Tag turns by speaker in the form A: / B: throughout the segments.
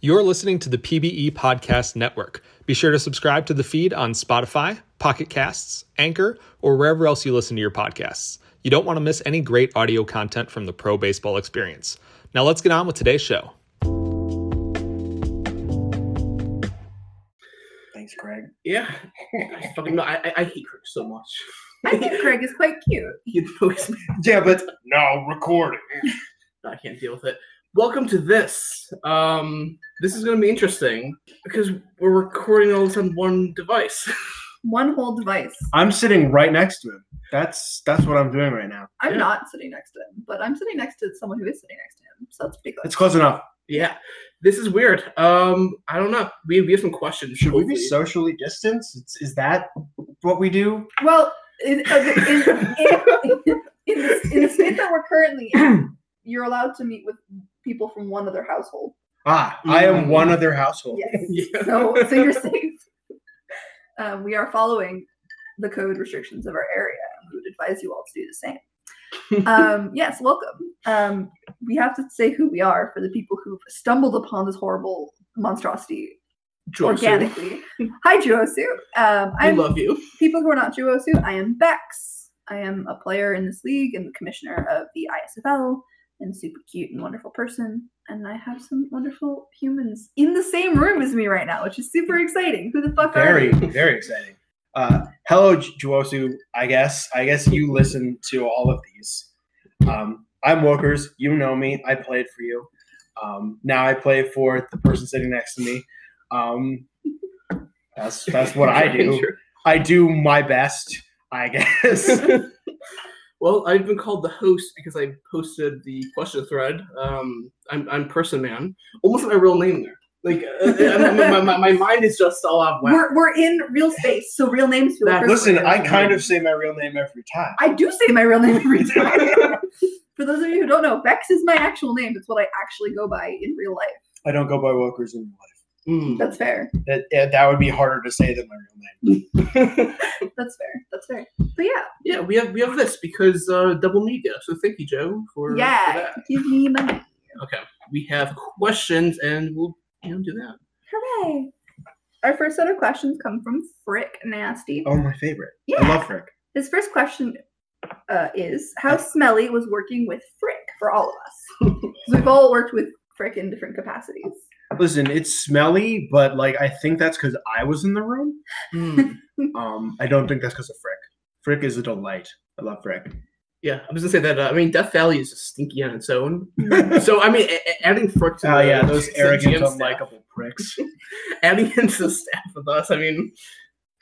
A: You're listening to the PBE Podcast Network. Be sure to subscribe to the feed on Spotify, Pocket Casts, Anchor, or wherever else you listen to your podcasts. You don't want to miss any great audio content from the pro baseball experience. Now let's get on with today's show.
B: Thanks, Greg.
C: Yeah, I fucking know. I, I- I hate Kirk so much.
D: I think Greg is quite cute.
C: You know, it's-
B: Yeah, but now recording.
C: I can't deal with it. Welcome to this. Um, this is gonna be interesting because we're recording all this on one device.
D: One whole device.
B: I'm sitting right next to him. That's that's what I'm doing right now.
D: I'm
C: Yeah.
D: not sitting next to him, but I'm sitting next to someone who is sitting next to him. So that's pretty good.
B: It's close enough.
C: yeah, this is weird. Um, I don't know. We we have some questions.
B: Should we be
C: hopefully.
B: socially distanced? It's, is that what we do?
D: Well, in, in, in, in, the, in the state that we're currently in, you're allowed to meet with people from one other household.
B: Ah, I am one other household.
D: Yes.
C: Yeah.
D: So, so you're safe. Um, we are following the code restrictions of our area. and We would advise you all to do the same. Um, yes, welcome. Um, we have to say who we are for the people who've stumbled upon this horrible monstrosity
C: Joyce,
D: organically. Hi, Juosu. Um,
C: I
D: I'm
C: love you.
D: people who are not Juosu. I am Bex. I am a player in this league and the commissioner of the ISFL, and super cute and wonderful person. And I have some wonderful humans in the same room as me right now, which is super exciting. Who the fuck are
B: Very,
D: you?
B: very exciting. Uh, hello, J- Juosu. I guess I guess you listen to all of these. Um, I'm Wokers. You know me. I played for you. Um, now I play for the person sitting next to me. Um, that's that's what I do. I do my best, I guess.
C: Well, I've been called the host because I posted the question thread. Um, I'm, I'm person man. Almost my real name there. Like uh, uh, my, my, my, my mind is just all out of whack.
D: We're, we're in real space, so real names feel
C: That-
D: personal.
B: Listen, I kind of say my real name every time.
D: I do say my real name every time. For those of you who don't know, Bex is my actual name. It's what I actually go by in real life.
B: I don't go by Wokers in real
C: Mm.
D: That's fair.
B: life. That eh, that would be harder to say than my real name.
D: That's fair. That's fair. But yeah,
C: Yeah, we have we have this because uh, double media. So thank you, Joe, for for
D: yeah,
C: that.
D: give me money.
C: Okay, we have questions, and we'll you know do that.
D: Hooray! Our first set of questions come from Frick Nasty.
B: Oh, my favorite.
D: yeah.
B: I love Frick.
D: His first question uh, is How smelly was working with Frick for all of us? 'Cause we've all worked with Frick in different capacities.
B: Listen, it's smelly, but like I think that's because I was in the room.
C: Mm.
B: Um, I don't think that's because of Frick. Frick is a delight. I love Frick.
C: yeah, I was gonna say that. Uh, I mean, Death Valley is just stinky on its own. So I mean, a- a- adding Frick to
B: Oh
C: the-
B: yeah, those
C: to the
B: arrogant,
C: GM staff-
B: unlikable pricks.
C: adding into the staff with us. I mean,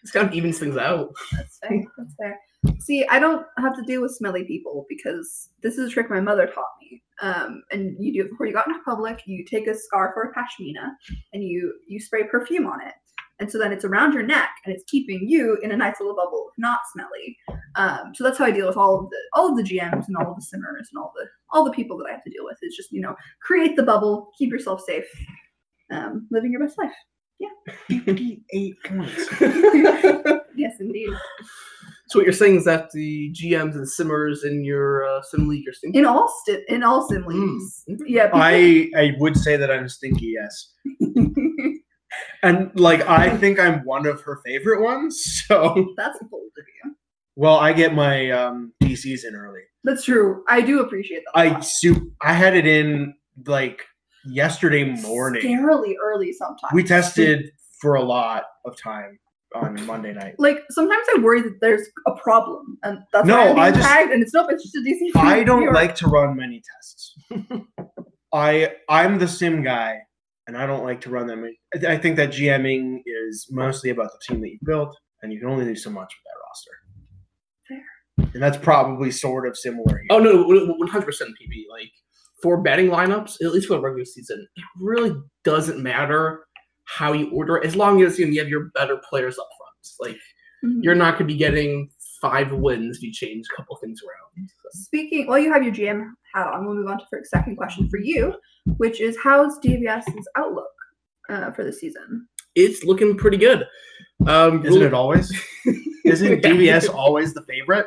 C: this kind of evens things out.
D: That's fair. That's fair. See, I don't have to deal with smelly people because this is a trick my mother taught me. Um, and you do it before you got into public. You take a scarf or a pashmina and you you spray perfume on it, and so then it's around your neck and it's keeping you in a nice little bubble, of not smelly. Um, so that's how I deal with all of the all of the GMs and all of the simmers and all the all the people that I have to deal with. Is just you know create the bubble, keep yourself safe, um, living your best life.
B: Fifty-eight points.
D: Yes, indeed.
C: So what you're saying is that the GMs and simmers in your uh, sim league are stinky.
D: In all sti- in all sim leagues.
C: Mm.
D: Yeah. people-
B: I I would say that I'm stinky, yes, and like I think I'm one of her favorite ones. So
D: That's bold of you.
B: well, I get my um, DCs in early.
D: That's true. I do appreciate that. a
B: I
D: lot.
B: su- I had it in like yesterday morning.
D: Scarily early sometimes.
B: We tested for a lot of time on Monday night.
D: Like sometimes I worry that there's a problem, and that's
B: No,
D: why I'm being
B: I just-
D: tagged, and it's nope, it's just a DC.
B: I don't
D: You're-
B: like to run many tests. I I'm the sim guy, and I don't like to run them. I- I think that GMing is mostly about the team that you built, and you can only do so much with that roster. And that's probably sort of similar. Here.
C: Oh no, one hundred percent PB. Like for batting lineups, at least for the regular season, it really doesn't matter how you order it, as long as you, know, you have your better players up front. Like
D: Mhm.
C: you're not going to be getting five wins if you change a couple things around.
D: Speaking, well, you have your GM hat on. We'll move on to the second question for you, which is how's DVS's outlook uh, for the season?
C: It's looking pretty good. Um,
B: Isn't it always? Isn't DBS always the favorite?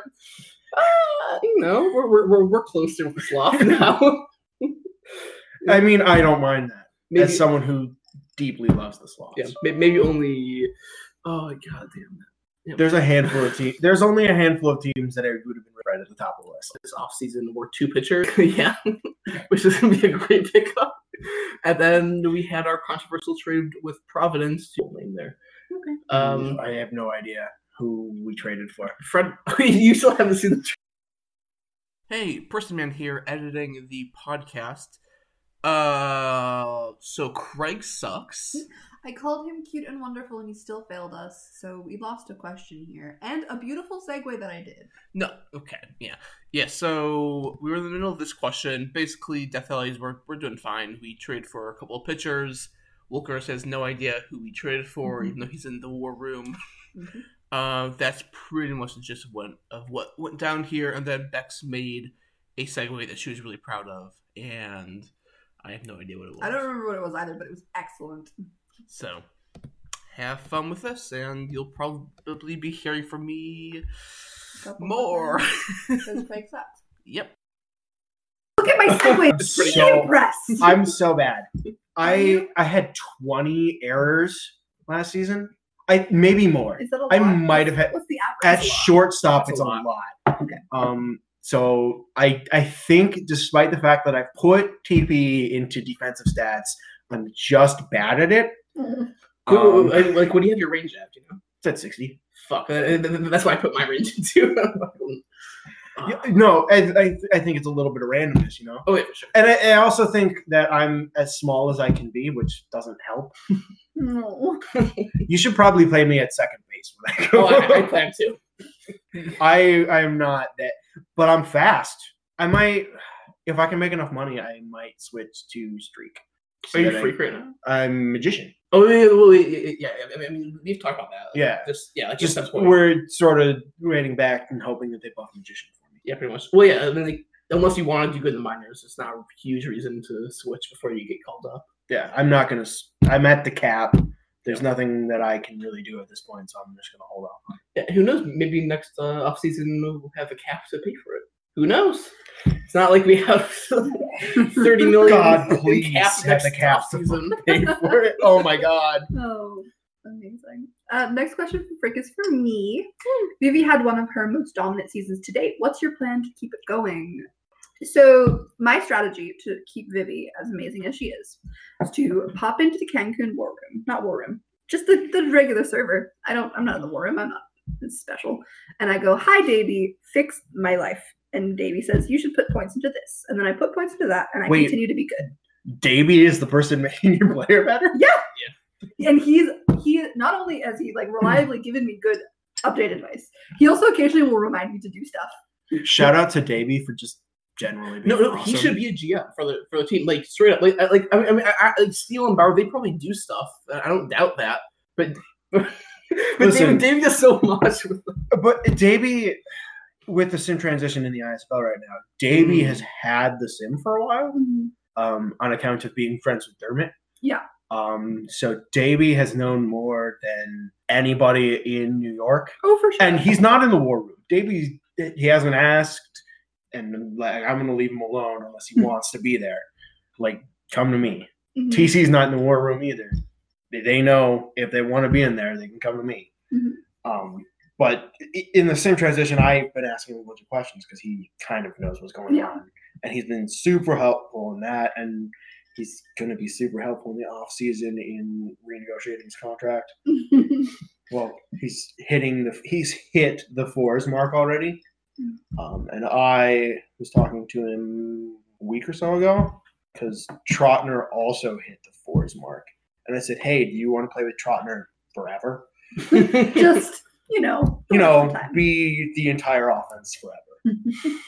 C: Uh, you know, we're we're we're, we're closer with Sloth now.
B: I mean, I don't mind that.
C: Maybe,
B: as someone who deeply loves the sloths.
C: yeah, may- maybe only. Oh god damn,
B: There's a handful of teams. There's only a handful of teams that are, would have been right at the top of the list.
C: this offseason were two pitcher. yeah, which is gonna be a great pickup. And then we had our controversial trade with Providence. Full Name there.
D: Okay.
C: Um,
B: I have no idea who we traded for.
C: Fred, you still haven't seen the. hey, Person Man here, editing the podcast. Uh, so Craig sucks.
D: I called him cute and wonderful, and he still failed us. So we lost a question here, and a beautiful segue that I did.
C: No, okay, yeah, yeah. So we were in the middle of this question. Basically, Death Allies, we're we're doing fine. We trade for a couple of pitchers. Wilkers has no idea who we traded for,
D: Mhm.
C: even though he's in the war room.
D: Mhm.
C: Uh, that's pretty much the gist of what, of what went down here. And then Bex made a segue that she was really proud of, and I have no idea what it was.
D: I don't remember what it was either, but it was excellent.
C: So, have fun with this, and you'll probably be hearing from me
D: Couple
C: more.
D: Because Craig sucks.
C: yep.
D: Look at my segue.
B: That's
D: She
B: pretty cool.
D: impressed.
B: I'm so bad. I
D: You-
B: I had 20 errors last season. I maybe more.
D: Is that a lot?
B: I might have had-
D: What's the
B: At
D: average?
B: shortstop,
C: That's a
B: it's a
C: lot.
B: lot.
D: Okay.
B: Um. So I I think despite the fact that I put TPE into defensive stats, I'm just bad at it. Um,
C: like, what do you have your range at? You know,
B: it's at 60.
C: fuck. uh, th- th- That's why I put my range into.
B: Yeah, No, I, I I think it's a little bit of randomness, you know.
C: oh yeah, for sure.
B: And I, I also think that I'm as small as I can be, which doesn't help.
D: No.
B: You should probably play me at second base when I
C: Oh,
B: go.
C: I, I plan to.
B: I I'm not that, but I'm fast. I might, if I can make enough money, I might switch to streak.
C: Are you
B: So
C: a
B: that
C: freak right now?
B: I, am a magician.
C: Oh yeah, well, yeah, yeah, yeah. I mean, I mean, we've talked about that.
B: Yeah.
C: Just yeah, like
B: Just
C: that's point.
B: we're sort of waiting back and hoping that they buff magician for me.
C: yeah, pretty much. Well, yeah. I mean, like, unless you want to do good in the minors, it's not a huge reason to switch before you get called up.
B: Yeah, I'm not gonna. s- I'm at the cap. There's nothing that I can really do at this point, so I'm just gonna hold off.
C: Yeah, who knows? Maybe next uh, off season we'll have a cap to pay for it. Who knows? It's not like we have thirty million.
B: God,
C: in
B: please have
C: next
B: the cap to
C: offseason.
B: Pay for it. Oh my god.
D: Oh, amazing. Uh, next question from Frick is for me. Vivi had one of her most dominant seasons to date. What's your plan to keep it going? So, my strategy to keep Vivi as amazing as she is is to pop into the Cancun War Room, not War Room, just the, the regular server. I don't, I'm not in the War Room, I'm not special. And I go, Hi, Davey, fix my life. And Davey says, You should put points into this. And then I put points into that, and I
B: Wait.
D: continue to be good.
B: Davey is the person making your player better.
D: and he's he not only has he like reliably given me good update advice, he also occasionally will remind me to do stuff.
B: Shout out to Davey for just generally. Being
C: No, no,
B: awesome.
C: he should be a GM for the for the team. Like straight up, like I- like I mean, I mean, I, I, like Steele and Bauer, they probably do stuff. I I don't doubt that, but but
B: Listen.
C: David, David does so much. With
B: But Davey, with the sim transition in the ISL right now, Davey
C: Mm.
B: has had the sim for a while um, on account of being friends with Dermot.
D: Yeah.
B: Um, so Davey has known more than anybody in New York,
D: Oh, for sure.
B: and he's not in the war room. Davey, he hasn't asked, and like I'm gonna leave him alone unless he
D: Mhm.
B: wants to be there. Like, come to me.
D: Mhm,
B: TC's not in the war room either. They- They know if they want to be in there, they can come to me.
D: Mhm.
B: Um, but i- in the same transition, I've been asking him a bunch of questions because he kind of knows what's going
D: Yeah.
B: on, and he's been super helpful in that, and he's going to be super helpful in the off season in renegotiating his contract. Well, he's hitting the he's hit the fours mark already, um, and I was talking to him a week or so ago because Trotner also hit the fours mark, and I said, "Hey, do you want to play with Trotner forever?"
D: Just you know,
B: you know,
D: sometime.
B: be the entire offense forever.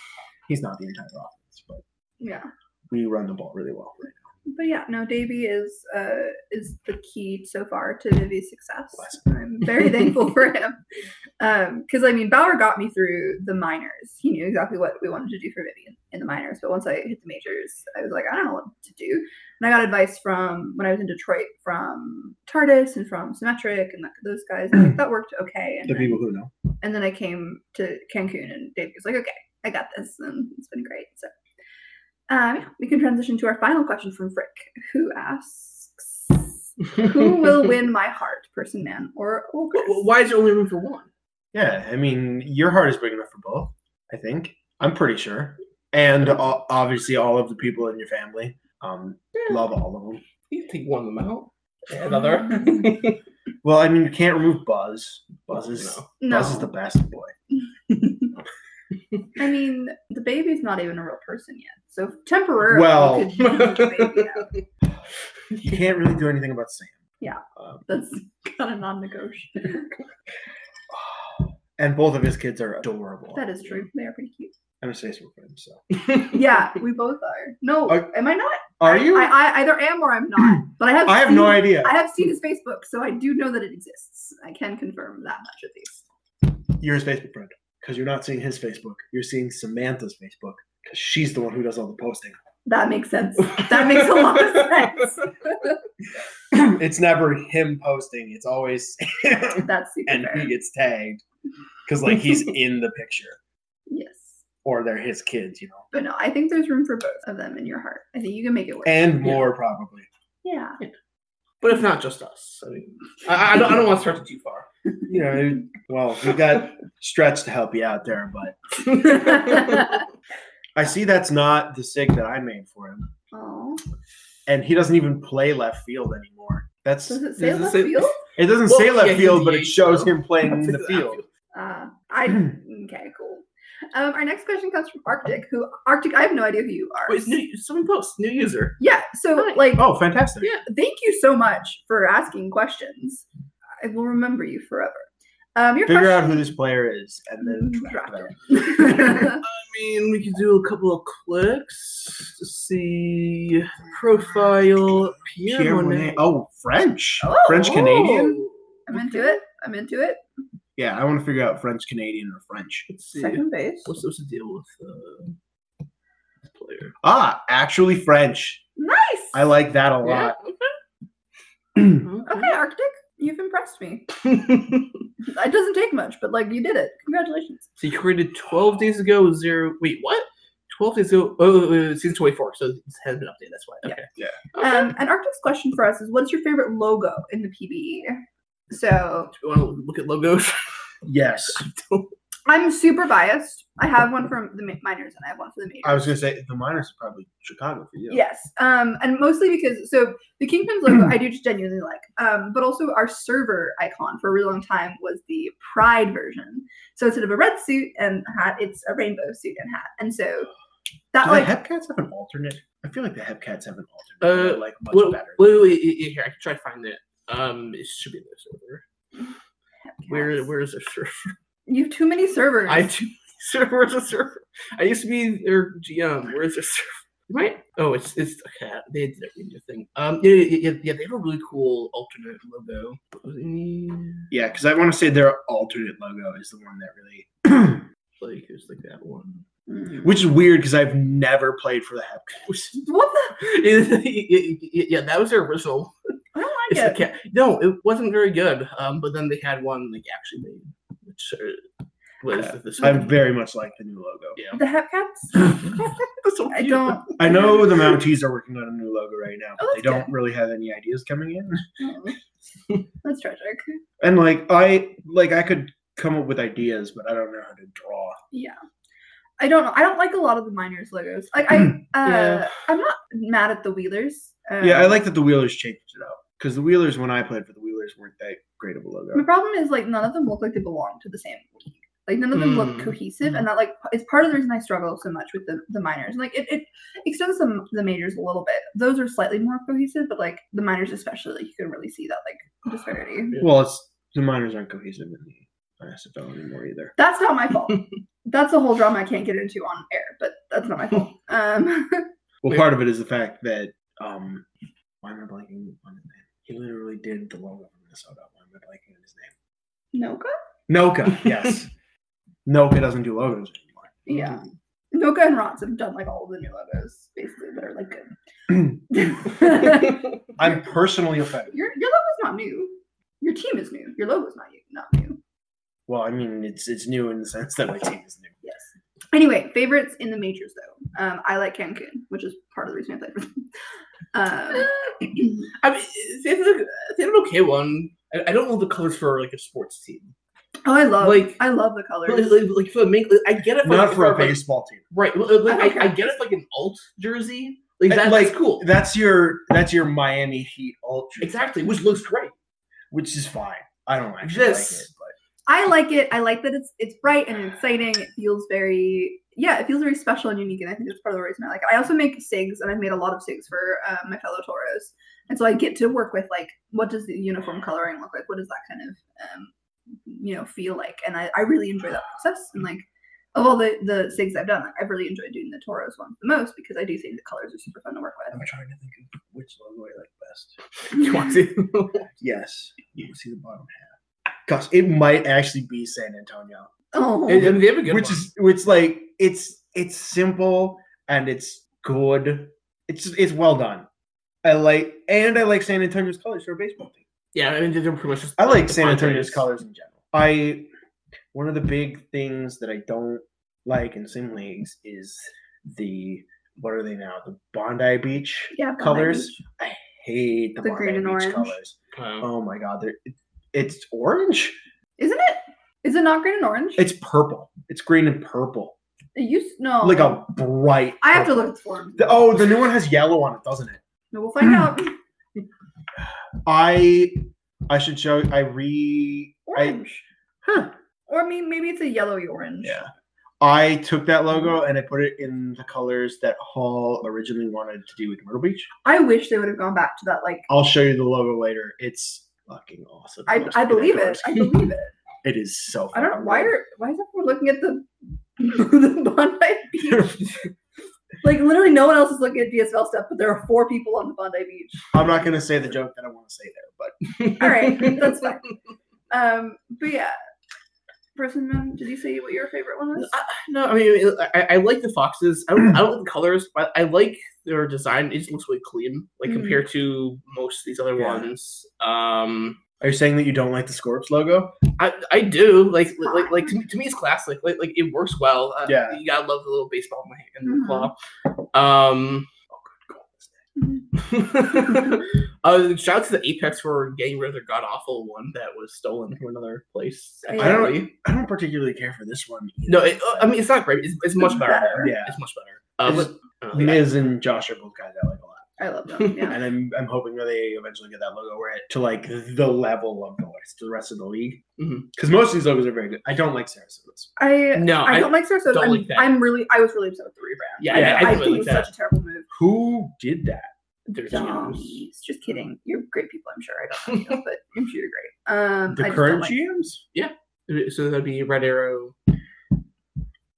B: He's not the entire offense, but
D: yeah.
B: we run the ball really well. Right?
D: But yeah, no, Davey is uh is the key so far to Vivi's success.
B: Bless
D: I'm very thankful for him. Um, because I mean Bauer got me through the minors. He knew exactly what we wanted to do for Vivi in, in the minors, but once I hit the majors, I was like, I don't know what to do. And I got advice from when I was in Detroit from Tardis and from Symmetric and that, those guys. and, like, that worked okay. And
B: The
D: then-
B: people who know.
D: and then I came to Cancun, and Dave was like, "Okay, I got this," and it's been great. So, um, yeah, we can transition to our final question from Frick, who asks, Who will win my heart, person, man, or or Chris?
C: Wh- wh- Why is there only room for one?
B: Yeah, I mean, your heart is big enough for both. I think I'm pretty sure, and o- obviously all of the people in your family um,
C: Yeah.
B: love all of them.
C: You can take one of them out. Another.
B: Well, I mean, you can't remove Buzz. Buzz is
C: No.
D: No,
B: Buzz is the best boy.
D: I mean the baby's not even a real person yet, so temporarily.
B: Well-
D: you could leave the baby out.
B: You can't really do anything about Sam.
D: Yeah.
B: Um,
D: that's kind of non-negotiable.
B: and both of his kids are adorable.
D: that is true. They are pretty cute.
B: I'm a Facebook friend, so
D: Yeah, we both are. No,
B: Are-
D: am I not?
B: are you?
D: I,
B: I,
D: I either am or I'm not. But I have.
B: have
D: seen-
B: no idea.
D: I have seen his Facebook, so I do know that it exists. I can confirm that much at least.
B: You're his Facebook friend because you're not seeing his Facebook. You're seeing Samantha's Facebook because she's the one who does all the posting.
D: That makes sense. That makes a lot of sense.
B: it's never him posting. It's always
D: That's super
B: and
D: fair.
B: he gets tagged because like he's in the picture
D: Yes.
B: or they're his kids, you know,
D: But no, I think there's room for both of them in your heart. I think you can make it work.
B: and more probably.
D: yeah.
C: But if not, just us. I mean, I, I don't, I don't want to stretch it too far.
B: You know, well, we've got Stretch to help you out there, but I see that's not the sig that I made for him,
D: Oh,
B: and he doesn't even play left field anymore. That's
D: does it
C: Does
D: say
C: it
D: left
C: say-
D: field?
B: it doesn't
C: Well,
B: say left
C: yeah, he's
B: field,
C: the
B: but it
C: eighth,
B: shows
C: though.
B: him playing in the field.
D: Uh, I okay, cool. Um, our next question comes from Arctic. Who Arctic? I have no idea who you are.
C: Wait, it's new, someone posts, new user.
D: yeah. So like,
B: Oh, fantastic!
C: Yeah.
D: thank you so much for asking questions. I will remember you forever. Um, your
B: Figure out
D: question,
B: who this player is, and
C: Mm-hmm.
B: then
D: Draft
B: draft them.
D: them.
C: I mean, we could do a couple of clicks to see profile. Pierre,
B: Pierre Monet.
C: Monet.
B: Oh, French,
D: Oh,
B: French Canadian.
C: Oh,
D: I'm into it. I'm into it.
B: Yeah, I want to figure out French Canadian or French.
C: Let's see.
D: Second base.
C: What's, what's the deal with uh, this player?
B: Ah, actually French.
D: Nice.
B: I like that a lot.
D: Okay, Arctic, you've impressed me.
C: okay.
D: It doesn't take much, but like you did it. Congratulations.
C: so you created 12 days ago with zero. Wait, what? 12 days ago. Oh, wait, wait, wait, season 24. So it has been updated. That's why.
D: Yeah.
C: Okay.
B: Yeah.
C: Okay.
D: Um, and Arctic's question for us is, what is your favorite logo in the PBE? So
C: Do you want to look at logos?
B: Yes.
D: I'm super biased. I have one for the mi- minors and I have one for the majors.
B: I was gonna say the minors is probably Chicago for you.
D: Yes. Um, and mostly because so the Kingpin's logo I do just genuinely like. Um, but also our server icon for a really long time was the pride version. So instead of a red suit and hat, it's a rainbow suit and hat. And so that
B: Do
D: like
B: the Hepcats have an alternate? I feel like the Hepcats have an alternate.
C: Uh,
B: that I like much
C: Wait, wait,
B: better.
C: wait, wait, wait, here. I can try to find it. Um, it should be in the server. Where, where is the server?
D: you have too many servers.
C: I do. Server is a server. I used to be their GM. Where is the server? Right? Oh, it's it's okay. They did a new thing. Um, yeah, yeah, yeah, yeah. They have a really cool alternate logo.
B: Yeah, because I want to say their alternate logo is the one that really,
C: Like it's like that one.
D: Mm.
B: which is weird because I've never played for the Hepcats.
D: What the?
C: yeah, yeah, yeah, that was their original.
D: I don't
C: It's
D: like
C: the
D: it.
C: cat. No, it wasn't very good. Um, but then they had one like actually made, which uh, was this.
B: I very much like the new logo.
C: yeah.
D: The Hepcats?
C: That's so
D: I
C: cute.
D: don't.
B: I know the Mounties are working on a new logo right now, but
D: Oh,
B: they
D: that's
B: don't really have any ideas coming in.
D: oh. That's tragic.
B: And like I like I could come up with ideas, but I don't know how to draw.
D: Yeah. I don't know. I don't like a lot of the miners logos. Like I, uh,
C: Yeah.
D: I'm not mad at the Wheelers. Um,
B: Yeah, I like that the Wheelers changed it up because the Wheelers, when I played for the Wheelers, weren't that great of a
D: My
B: logo.
D: problem is like none of them look like they belong to the same league. Like none of them look
C: Mm.
D: cohesive, and that like it's part of the reason I struggle so much with the the minors. Like it, it extends the the majors a little bit. Those are slightly more cohesive, but like the minors especially, like you can really see that like disparity.
B: Well, it's the minors aren't cohesive in the ISFL anymore either.
D: That's not my fault. that's a whole drama I can't get into on air, but that's not my fault. Um,
B: Well, part of it is the fact that um, why am I blanking on his name? He literally did the logo for Minnesota. Why am I blanking on his name?
D: Noka.
B: Noka, yes. Noka doesn't do logos
D: Yeah. Noka and Rots have done like all the new logos, basically, that are like good. your,
B: anymore. Um, I'm personally offended.
D: your logo's not new. Your team is new. Your logo's not new. Not new.
B: Well, I mean, it's it's new in the sense that my team is new.
D: Yes. Anyway, favorites in the majors though. Um, I like Cancun, which is part of the reason I played for them. Um,
C: I mean, they have, a- they have an okay one. I, I don't love the colors for like a sports team.
D: oh, I love
C: Like-
D: I love the
C: Like,
D: colors.
C: like, like for a make, I get it.
B: Not
C: like,
B: for a
C: like-
B: baseball team.
C: right? well, Like,
D: I don't
C: I, I
D: care.
C: get it. Like an alt jersey. Like
B: And,
C: that's
B: like,
C: cool.
B: That's your that's your Miami Heat ultra,
C: exactly, which looks great.
B: which is fine. I don't actually
C: This-
B: like it, but
D: I like it. I like that it's it's bright and exciting. It feels very yeah, it feels very special and unique, and I think that's part of the reason I like it. I also make SIGs, and I've made a lot of SIGs for uh, my fellow Toros, and so I get to work with like what does the uniform coloring look like? What does that kind of um, you know feel like? And I, I really enjoy that process. And like of all the the SIGs I've done, like, I've really enjoyed doing the Toros one the most because I do think the colors are super fun to work
B: I'm trying to think of which logo I like best.
C: You want
D: with.
C: to?
B: Yes, you can see the bottom half. Gosh, it might actually be San Antonio.
D: oh,
C: and, and they have a good
B: which
C: one.
B: is which like it's it's simple and it's good. It's it's well done. I like and I like San Antonio's colors for a baseball team.
C: yeah. I mean, they're pretty much. Just,
B: I like
C: the
B: San
C: Padres.
B: Antonio's colors in general. I one of the big things that I don't like in sim leagues is the what are they now? The Bondi Beach
D: yeah, but
B: colors. I hate the,
D: The
B: Bondi
D: green and
B: Beach
D: orange.
B: colors.
C: Uh,
B: Oh my god, they're it's orange.
D: isn't it? Is it not green and orange?
B: It's purple. It's green and purple.
D: it used no
B: Like a bright.
D: Oh. I have to
B: purple.
D: look at the form.
B: The- oh, the new one has yellow on it, doesn't it?
D: No, we'll find out.
B: I I should show. I re. I,
D: Orange.
B: huh.
D: Or maybe, maybe it's a yellowy orange.
B: Yeah. I took that logo and I put it in the colors that Hall originally wanted to do with Myrtle Beach.
D: I wish they would have gone back to that. Like,
B: I'll show you the logo later. It's fucking awesome.
D: I,
B: Most
D: I believe it.
B: ridiculous.
D: I believe it.
B: It is so.
D: I don't know
B: fucking
D: why
B: good.
D: are why is everyone looking at the the Bondi Beach? like literally, no one else is looking at DSL stuff, but there are four people on the Bondi Beach.
B: I'm not gonna say the joke that I want to say there, but
D: All right, that's fine. Um, but yeah, person, man, did you say what your favorite one was?
C: no, I mean, I, I like the foxes. I don't, I don't like the colors, but I like their design. It just looks really clean, like
D: Mhm.
C: compared to most of these other
B: Yeah.
C: ones. Um,
B: are you saying that you don't like the Scorps logo?
C: I, I do like li- like like to me, to me it's classic like like it works well uh,
B: Yeah.
C: you gotta love the little baseball in the, in the
D: Mm-hmm.
C: claw um
D: Mm-hmm.
C: uh, shout out to the apex for getting rid of their god awful one that was stolen from another place
D: I
B: don't-
C: apparently.
B: I don't particularly care for this one. either.
C: no it, uh, I mean it's not great it's, it's much better,
D: better.
B: Yeah.
C: it's much better uh,
B: It's-
C: but- I don't know,
B: Liz and Josh are both guys I like a lot.
D: I love them. Yeah.
B: and I'm I'm hoping that they eventually get that logo right to like the level of the rest, the rest of the league. Because
D: Mm-hmm.
C: Mhm.
B: most of these logos are very good. I don't like Saracetas.
D: I
C: no
D: I
C: I,
D: don't like Sarasota.
C: don't
D: I'm,
C: like that.
D: I'm really I was really upset with the rebrand.
C: yeah, yeah, I,
D: I,
C: I,
D: think
C: don't
D: it
C: really
D: was
C: like that
D: such a terrible move.
B: Who did that?
C: There's Giannis.
D: Dummies. Just kidding. You're great people, I'm sure. I don't know, you, but I'm sure you're great. Um,
B: The
D: I just don't
B: current
D: like-
B: GMs?
C: so that'd be red arrow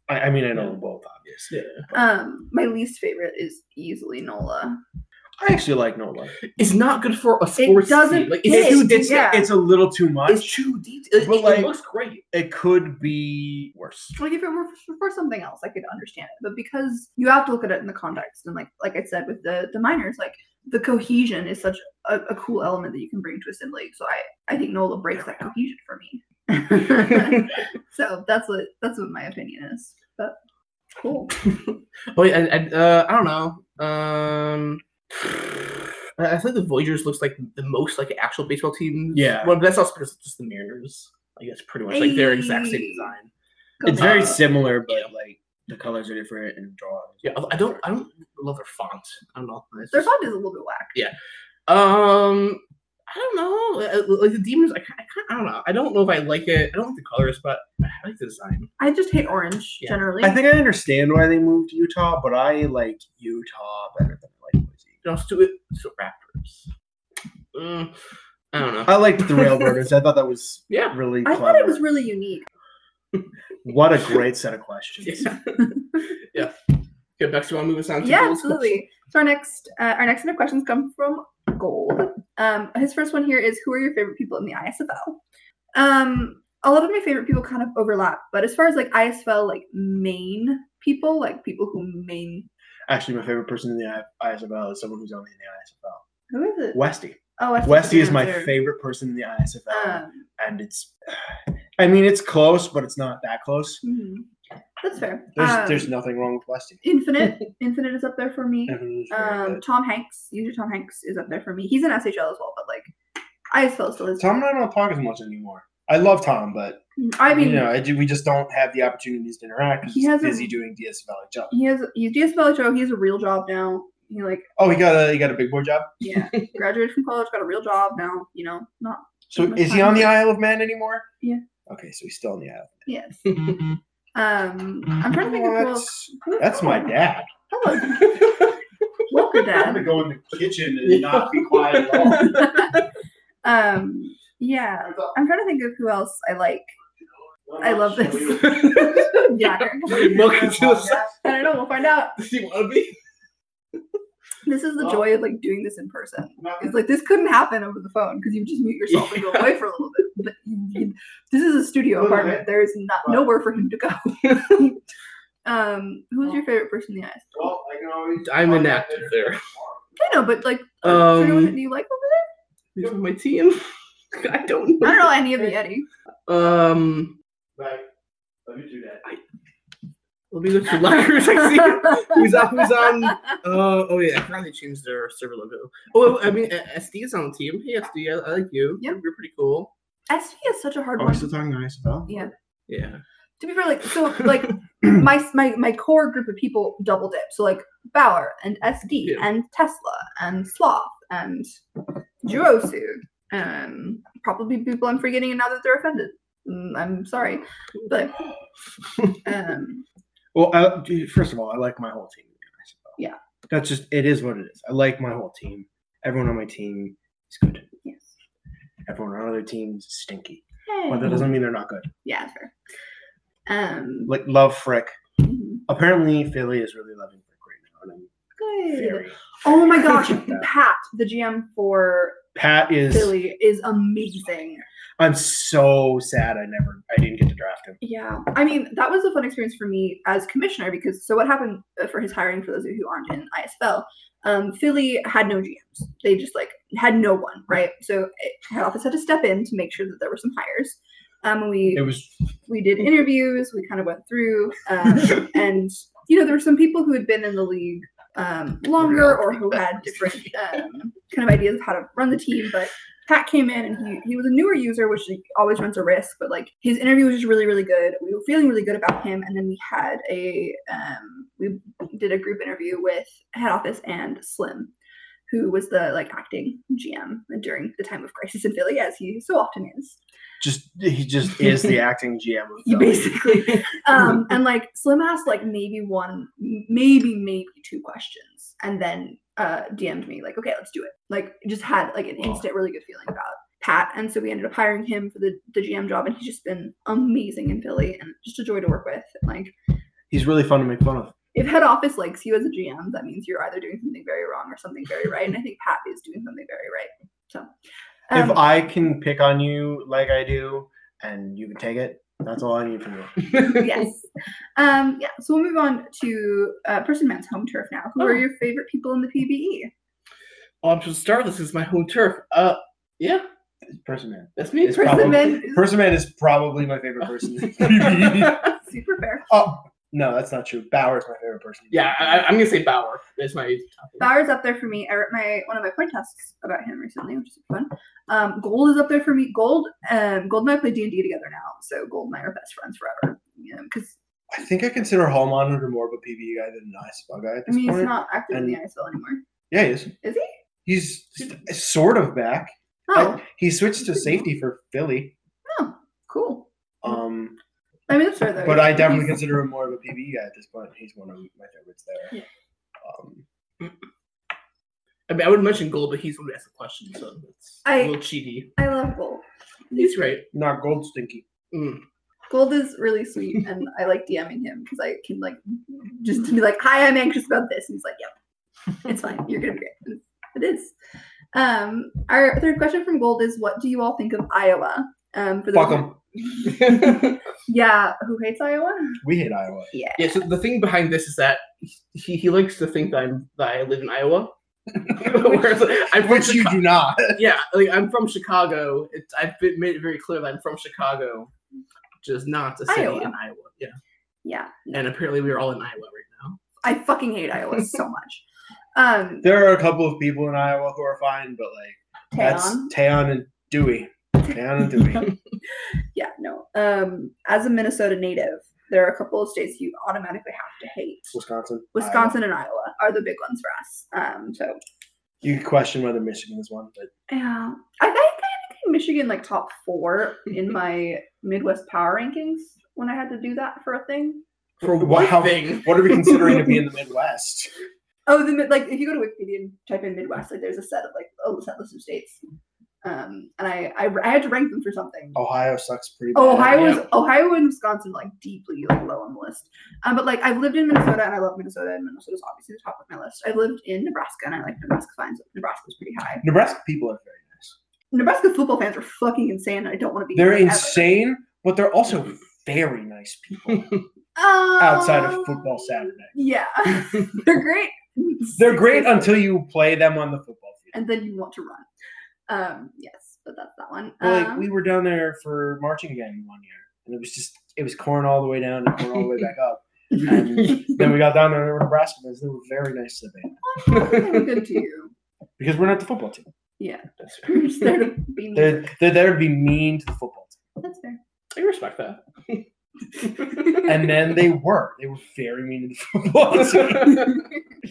B: I, I mean, I know them both, obviously.
C: yeah.
D: Um, my least favorite is easily Nola.
B: I actually like Nola.
C: it's not good for a sports
D: doesn't
C: team. like
D: fit.
C: it's too
D: It's-
C: deep
D: yeah.
B: It's a little too much.
C: it's too deep it,
B: But,
C: it
B: like-
C: looks great
B: it could be worse.
D: Like if it were f- for something else, I could understand it. But because you have to look at it in the context, and like like I said with the the minors, like the cohesion is such a, a cool element that you can bring to a sim league. So I I think Nola breaks that cohesion for me. so that's what that's what my opinion is. But cool.
C: Oh, yeah, I, I, uh, I don't know. Um, I I think the Voyagers looks like the most like actual baseball team.
B: Yeah.
C: Well, but that's also because it's just the Mariners. Like that's pretty much like their exact same
D: Hey.
C: design.
D: Go
B: It's very
D: Nola.
B: similar, but like the colors are different and draw.
C: Yeah. I- I don't. I don't love their font. I don't know. It's
D: their
C: just-
D: font is a little bit whack.
C: Um. I don't know. Uh, uh, Like the demons, I, ki- I, ki- I don't know. I don't know if I like it. I don't like the colors, but I like the design.
D: I just hate orange
C: Yeah.
D: generally.
B: I think I understand why they moved to Utah, but I like Utah better than I like Boise.
C: You know, it's to it, it's the Raptors. Mm, I don't know.
B: I liked the Railroaders. I thought that was
C: Yeah.
B: really.
D: I
B: Clever.
D: thought it was really unique.
B: What a great set of questions.
C: yeah. yeah. Okay, Bex, you want to move us on? to
D: Yeah,
C: goals?
D: absolutely. So our next uh, our next set of questions come from Gold. Um, his first one here is who are your favorite people in the ISFL? Um, a lot of my favorite people kind of overlap, but as far as like ISFL like main people, like people who main
B: Actually, my favorite person in the I- ISFL is someone who's only in the
D: who is it?
B: ISFL. Westy.
D: Oh, I see
B: Westy
D: the
B: is my
D: answer.
B: favorite person in the ISFL,
D: Um,
B: and it's. I mean, it's close, but it's not that close.
D: mhm. That's fair.
B: There's
D: Um,
B: there's nothing wrong with Westy.
D: Infinite. Infinite is up there for me.
B: Everyone's very
D: Um,
B: good.
D: Tom Hanks, usually Tom Hanks is up there for me. He's in SHL as well, but like, I still still is.
B: Tom and I don't talk as much anymore. I love Tom, but
D: I mean,
B: you know, I do, we just don't have the opportunities to interact because
D: He
B: he's
D: has a-
B: busy doing DSL job.
D: he has he's DSL Joe. He has a real job now. He like
B: Oh, he got a he got a big boy job.
D: yeah, graduated from college, got a real job now. You know, not
B: So
D: Much
B: is he
D: time.
B: on the Isle of Man anymore?
D: Yeah.
B: Okay, so he's still on the Isle.
D: yes. Um, I'm trying to think of who
B: What?
D: else-
B: That's my dad.
D: Hello, welcome, Dad.
B: go in the kitchen
C: and not
B: be quiet at all.
D: um, yeah, I'm trying to think of who else I like. I love this. yeah,
C: Welcome to the
D: I don't know. We'll find out.
C: Do you want to be?
D: This is the
B: Well-
D: joy of like doing this in person. It's like this couldn't happen over the phone because you just mute yourself and go away for a little bit. But you- you- this is a studio
B: Little
D: apartment. There is not
B: but-
D: nowhere for him to go. um, who's your favorite person in the eyes?
B: Well, I can always
C: I'm inactive Oh, there.
D: I know, but like, is there anyone that
C: Um,
D: you like over
C: who's on my team? I don't
D: there? I
C: know.
D: don't know any of the Eddie.
C: Um,
B: Right. Let me do that.
C: let me look through lockers. I see. Who's on? Who's on? Uh, oh yeah, I forgot they changed their server logo. Oh, I mean, uh, SD is on the team. Hey, SD, I, I like you.
D: Yeah.
C: you're pretty cool.
D: SV is such a hard
B: Are
D: one.
B: we still talking ISFL?
D: Yeah.
C: Yeah.
D: to be fair, like so, like my my my core group of people double dip. So like Bauer and SD
C: Yeah.
D: and Tesla and Sloth and Juosu. Um, probably people I'm forgetting, and now that they're offended, Mm, I'm sorry, but um,
B: Well, I, dude, first of all, I like my whole team.
D: Yeah.
B: That's just it is what it is. I like my whole team. Everyone on my team is good.
D: yes,
B: Everyone on other teams is stinky.
D: hey.
B: But that doesn't mean they're not good.
D: yeah, it's fair. Um,
B: Like love Frick.
D: mhm.
B: Apparently Philly is really loving Frick right now, and I'm
D: good.
B: very
D: Oh my gosh,
B: Yeah.
D: Pat, the GM for
B: Pat is.
D: Philly, is amazing.
B: I'm so sad. I never. I didn't get to draft him.
D: Yeah, I mean that was a fun experience for me as commissioner because so what happened uh, for his hiring for those of you who aren't in ISFL, um, Philly had no GMs. They just like had no one, right? So it, head office had to step in to make sure that there were some hires. Um, and we
B: It was.
D: we did interviews. We kind of went through, um, and you know there were some people who had been in the league um, longer or who had different um, kind of ideas of how to run the team. But Pat came in and he he was a newer user, which he always runs a risk. But like his interview was just really really good. We were feeling really good about him, and then we had a um, we did a group interview with head office and Slim. Who was the like acting GM during the time of crisis in Philly, as he so often is.
B: Just he just is the acting GM of
D: He
B: Philly.
D: basically um and like slim asked like maybe one maybe maybe two questions and then uh dm'd me like okay let's do it like just had like an instant really good feeling about pat and so we ended up hiring him for the the gm job and he's just been amazing in philly and just a joy to work with and like
B: He's really fun to make fun of.
D: if head office likes you as a gm that means you're either doing something very wrong or something very right and i think pat is doing something very right so um,
B: if I can pick on you like I do, and you can take it, that's all I need from you.
D: yes um yeah so we'll move on to uh person man's home turf now who are
C: Oh.
D: your favorite people in the E? pbe
C: Well, I'm just start. This is my home turf. Uh, yeah,
B: Person man.
C: that's me.
B: It's
D: Person
B: probably-
D: Man is
B: Person man is probably my favorite person.
D: super fair.
B: oh no, that's not true. Bauer's my favorite person.
C: yeah, I, I- I'm gonna say Bauer. That's my.
D: Bauer's up there for me. I wrote my one of my point tasks about him recently, which is fun. Um, Gold is up there for me. Gold, um, Gold and I play D and D together now, so Gold and I are best friends forever. Because
B: I think I consider Hall Monitor more of a PvE guy than an ISPA guy at
D: I
B: this
D: mean,
B: point.
D: he's not active in the
B: and-
D: ISL anymore.
B: yeah, he is.
D: Is he?
B: He's sort of back.
D: Oh,
B: He switched to safety for Philly.
D: cool.
B: Um,
D: I mean, that's fair though.
B: but I definitely
D: He's-
B: consider him more of a PvE guy at this point. He's one of my favorites there. Um,
C: I mean, I would mention Gold, but he's the one who asked the question, so it's
D: I-
C: a little cheaty.
D: I love Gold.
C: He's right.
B: not gold stinky.
C: Mm.
D: Gold is really sweet, and I like DMing him because I can like just to be like, "Hi, I'm anxious about this," and he's like, "Yep, it's fine. You're gonna be great." It is. Um, our third question from Gold is, "What do you all think of Iowa?" Um, for the
B: Fuck him.
D: Yeah, who hates Iowa?
B: We hate Iowa.
D: Yeah.
C: yeah. So the thing behind this is that he, he likes to think that I'm that I live in Iowa. Whereas I'm from
B: Which you do not.
C: yeah, like I'm from Chicago. It's, I've been, made it very clear that I'm from Chicago, which is not a city
D: Iowa.
C: in Iowa. Yeah,
D: Yeah.
C: And apparently, we are all in Iowa right now.
D: I fucking hate Iowa so much. Um,
B: There are a couple of people in Iowa who are fine, but like that's
D: Taeyeon.
B: Tayon and Dewey. Tayon and Dewey.
D: Yeah, no. Um, as a Minnesota native, there are a couple of states you automatically have to hate.
B: Wisconsin. Iowa.
D: Wisconsin and Iowa are the big ones for us. Um, so
B: You could question whether Michigan is one, but
D: yeah, I think I think Michigan like top four in my Midwest power rankings when I had to do that for a thing.
C: For
B: Wow.
C: one thing,
B: what are we considering to be in the Midwest?
D: Oh, the mid- like if you go to Wikipedia and type in Midwest, like there's a set of like a set list of states. Um, and I, I I had to rank them for something.
B: Ohio sucks pretty bad.
D: Oh, Ohio
C: yeah.
D: is Ohio and Wisconsin like deeply like low on the list. Um, but like I've lived in Minnesota and I love Minnesota and Minnesota's obviously the top of my list. I've lived in Nebraska and I like Nebraska fans. Nebraska's pretty high.
B: Nebraska people are very nice.
D: Nebraska football fans are fucking insane. and I don't want to be.
B: They're
D: here ever.
B: insane, but they're also very nice people
D: Um,
B: outside of football Saturday.
D: Yeah, they're great.
B: They're great until you play them on the football field.
D: and then you want to run. Um, yes, but that's that one.
B: Well, like
D: Um,
B: we were down there for marching band one year, and it was just it was corn all the way down and corn all the way back up. And then we got down there and they were Nebraskans. They were very nice to the band
D: they were good to you.
B: because we're not the football team.
D: Yeah.
B: that's fair.
D: You're just there to be mean.
B: They're, they're there to be mean to the football team,
D: That's fair.
C: I respect that.
B: and then they were. They were very mean to the football team.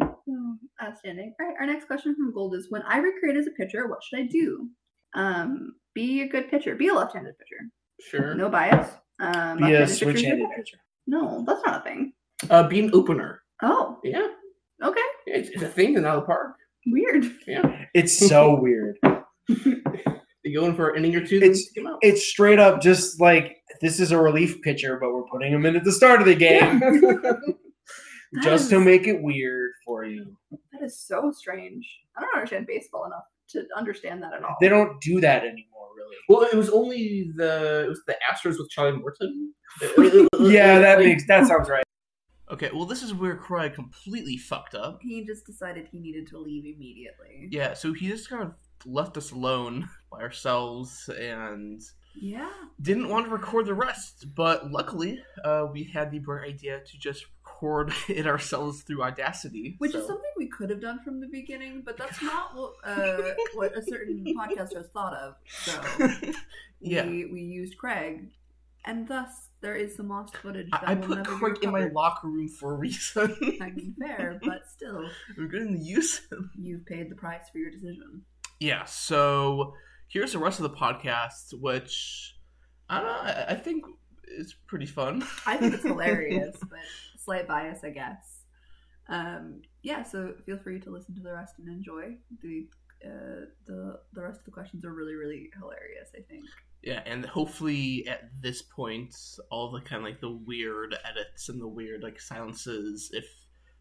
D: Oh, outstanding. All right, our next question from Gold is When I recreate as a pitcher, what should I do? Um, be a good pitcher. Be a left handed pitcher.
C: sure.
D: No bias. Um,
B: Be a
D: left-handed pitchers are
B: switch-handed
D: better.
B: pitcher.
D: No, that's not a thing.
C: Uh, be an opener.
D: Oh,
C: Yeah.
D: okay.
C: Yeah, It's, it's a thing in the park.
D: Weird.
B: It's so weird.
C: They go in for an inning or two.
B: It's-
C: then they
B: it's straight up just like this is a relief pitcher, but we're putting him in at the start of the game
C: come out. Yeah.
D: That
B: just to
D: is-
B: make it weird for you.
D: That is so strange. I don't understand baseball enough to understand that at all.
B: They don't do that anymore, really.
C: well, it was only the it was the Astros with Charlie Morton. yeah,
B: Yeah, that makes that sounds right.
C: Okay, well, this is where Cry completely fucked up.
D: He just decided he needed to leave immediately.
C: Yeah, so he just kind of left us alone by ourselves and
D: Yeah.
C: didn't want to record the rest. But luckily, uh, we had the bright idea to just record it ourselves through Audacity,
D: Which
C: so-
D: is something we could have done from the beginning, but that's not what, uh, what a certain podcast has thought of. So
C: yeah.
D: we, we used Craig, and thus there is some lost footage. That
C: I, I
D: will
C: put
D: never be
C: Craig in my
D: recovered.
C: locker room for a reason.
D: I mean, fair, but still,
C: We're going to use
D: you've paid the price for your decision.
C: yeah so here's the rest of the podcast which i don't know I- i think is pretty fun
D: I think it's hilarious, but slight bias, I guess. Um, yeah, so feel free to listen to the rest and enjoy. The uh, the the rest of the questions are really really hilarious. I think.
C: yeah and hopefully at this point all the kind of like the weird edits and the weird like silences if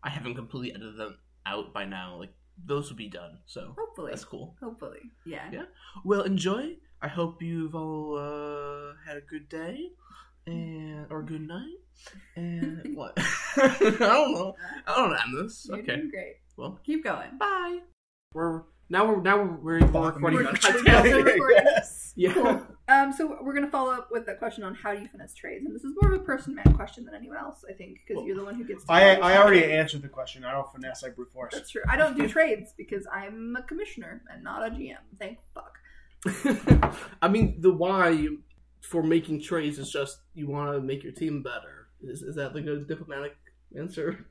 C: i haven't completely edited them out by now like those will be done so
D: Hopefully,
C: that's cool
D: hopefully, yeah.
C: Yeah. well enjoy i hope you've all uh, had a good day and or good night and what i don't know i don't know end this
D: You're
C: okay
D: doing great.
C: well
D: Keep going.
C: Bye. We're now we're now we're,
B: Fuck,
C: we're recording.
B: we're-
D: we're also recording.
C: Yes. Yeah.
D: Cool. Um, so we're gonna follow up with the question on how do you finesse trays, and this is more of a person man question than anyone else, I think, because you're the one who gets. to
B: I
D: follow
B: I
D: up.
B: already answered the question. I don't finesse, I brute force.
D: That's true. I don't do trades because I'm a commissioner and not a GM. Thank fuck.
C: I mean, the why for making trades is just you want to make your team better. Is, is that like a diplomatic answer?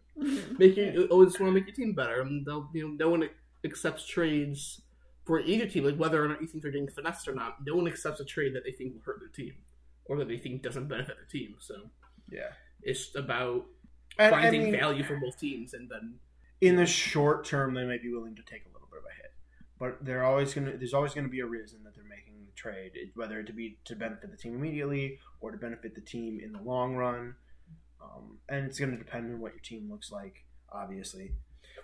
C: Make your you always want to make your team better, and they'll- you know no one accepts trades for either team, like whether or not you think they're getting finessed or not. No one accepts a trade that they think will hurt their team or that they think doesn't benefit their team. So
B: Yeah.
C: it's about
B: And, I
C: finding
B: mean,
C: value for both teams and then
B: in the short term, they might be willing to take a little bit of a hit, but they're always gonna. There's always gonna be a reason that they're making the trade, it- whether it to be to benefit the team immediately or to benefit the team in the long run. Um, and it's gonna depend on what your team looks like, obviously.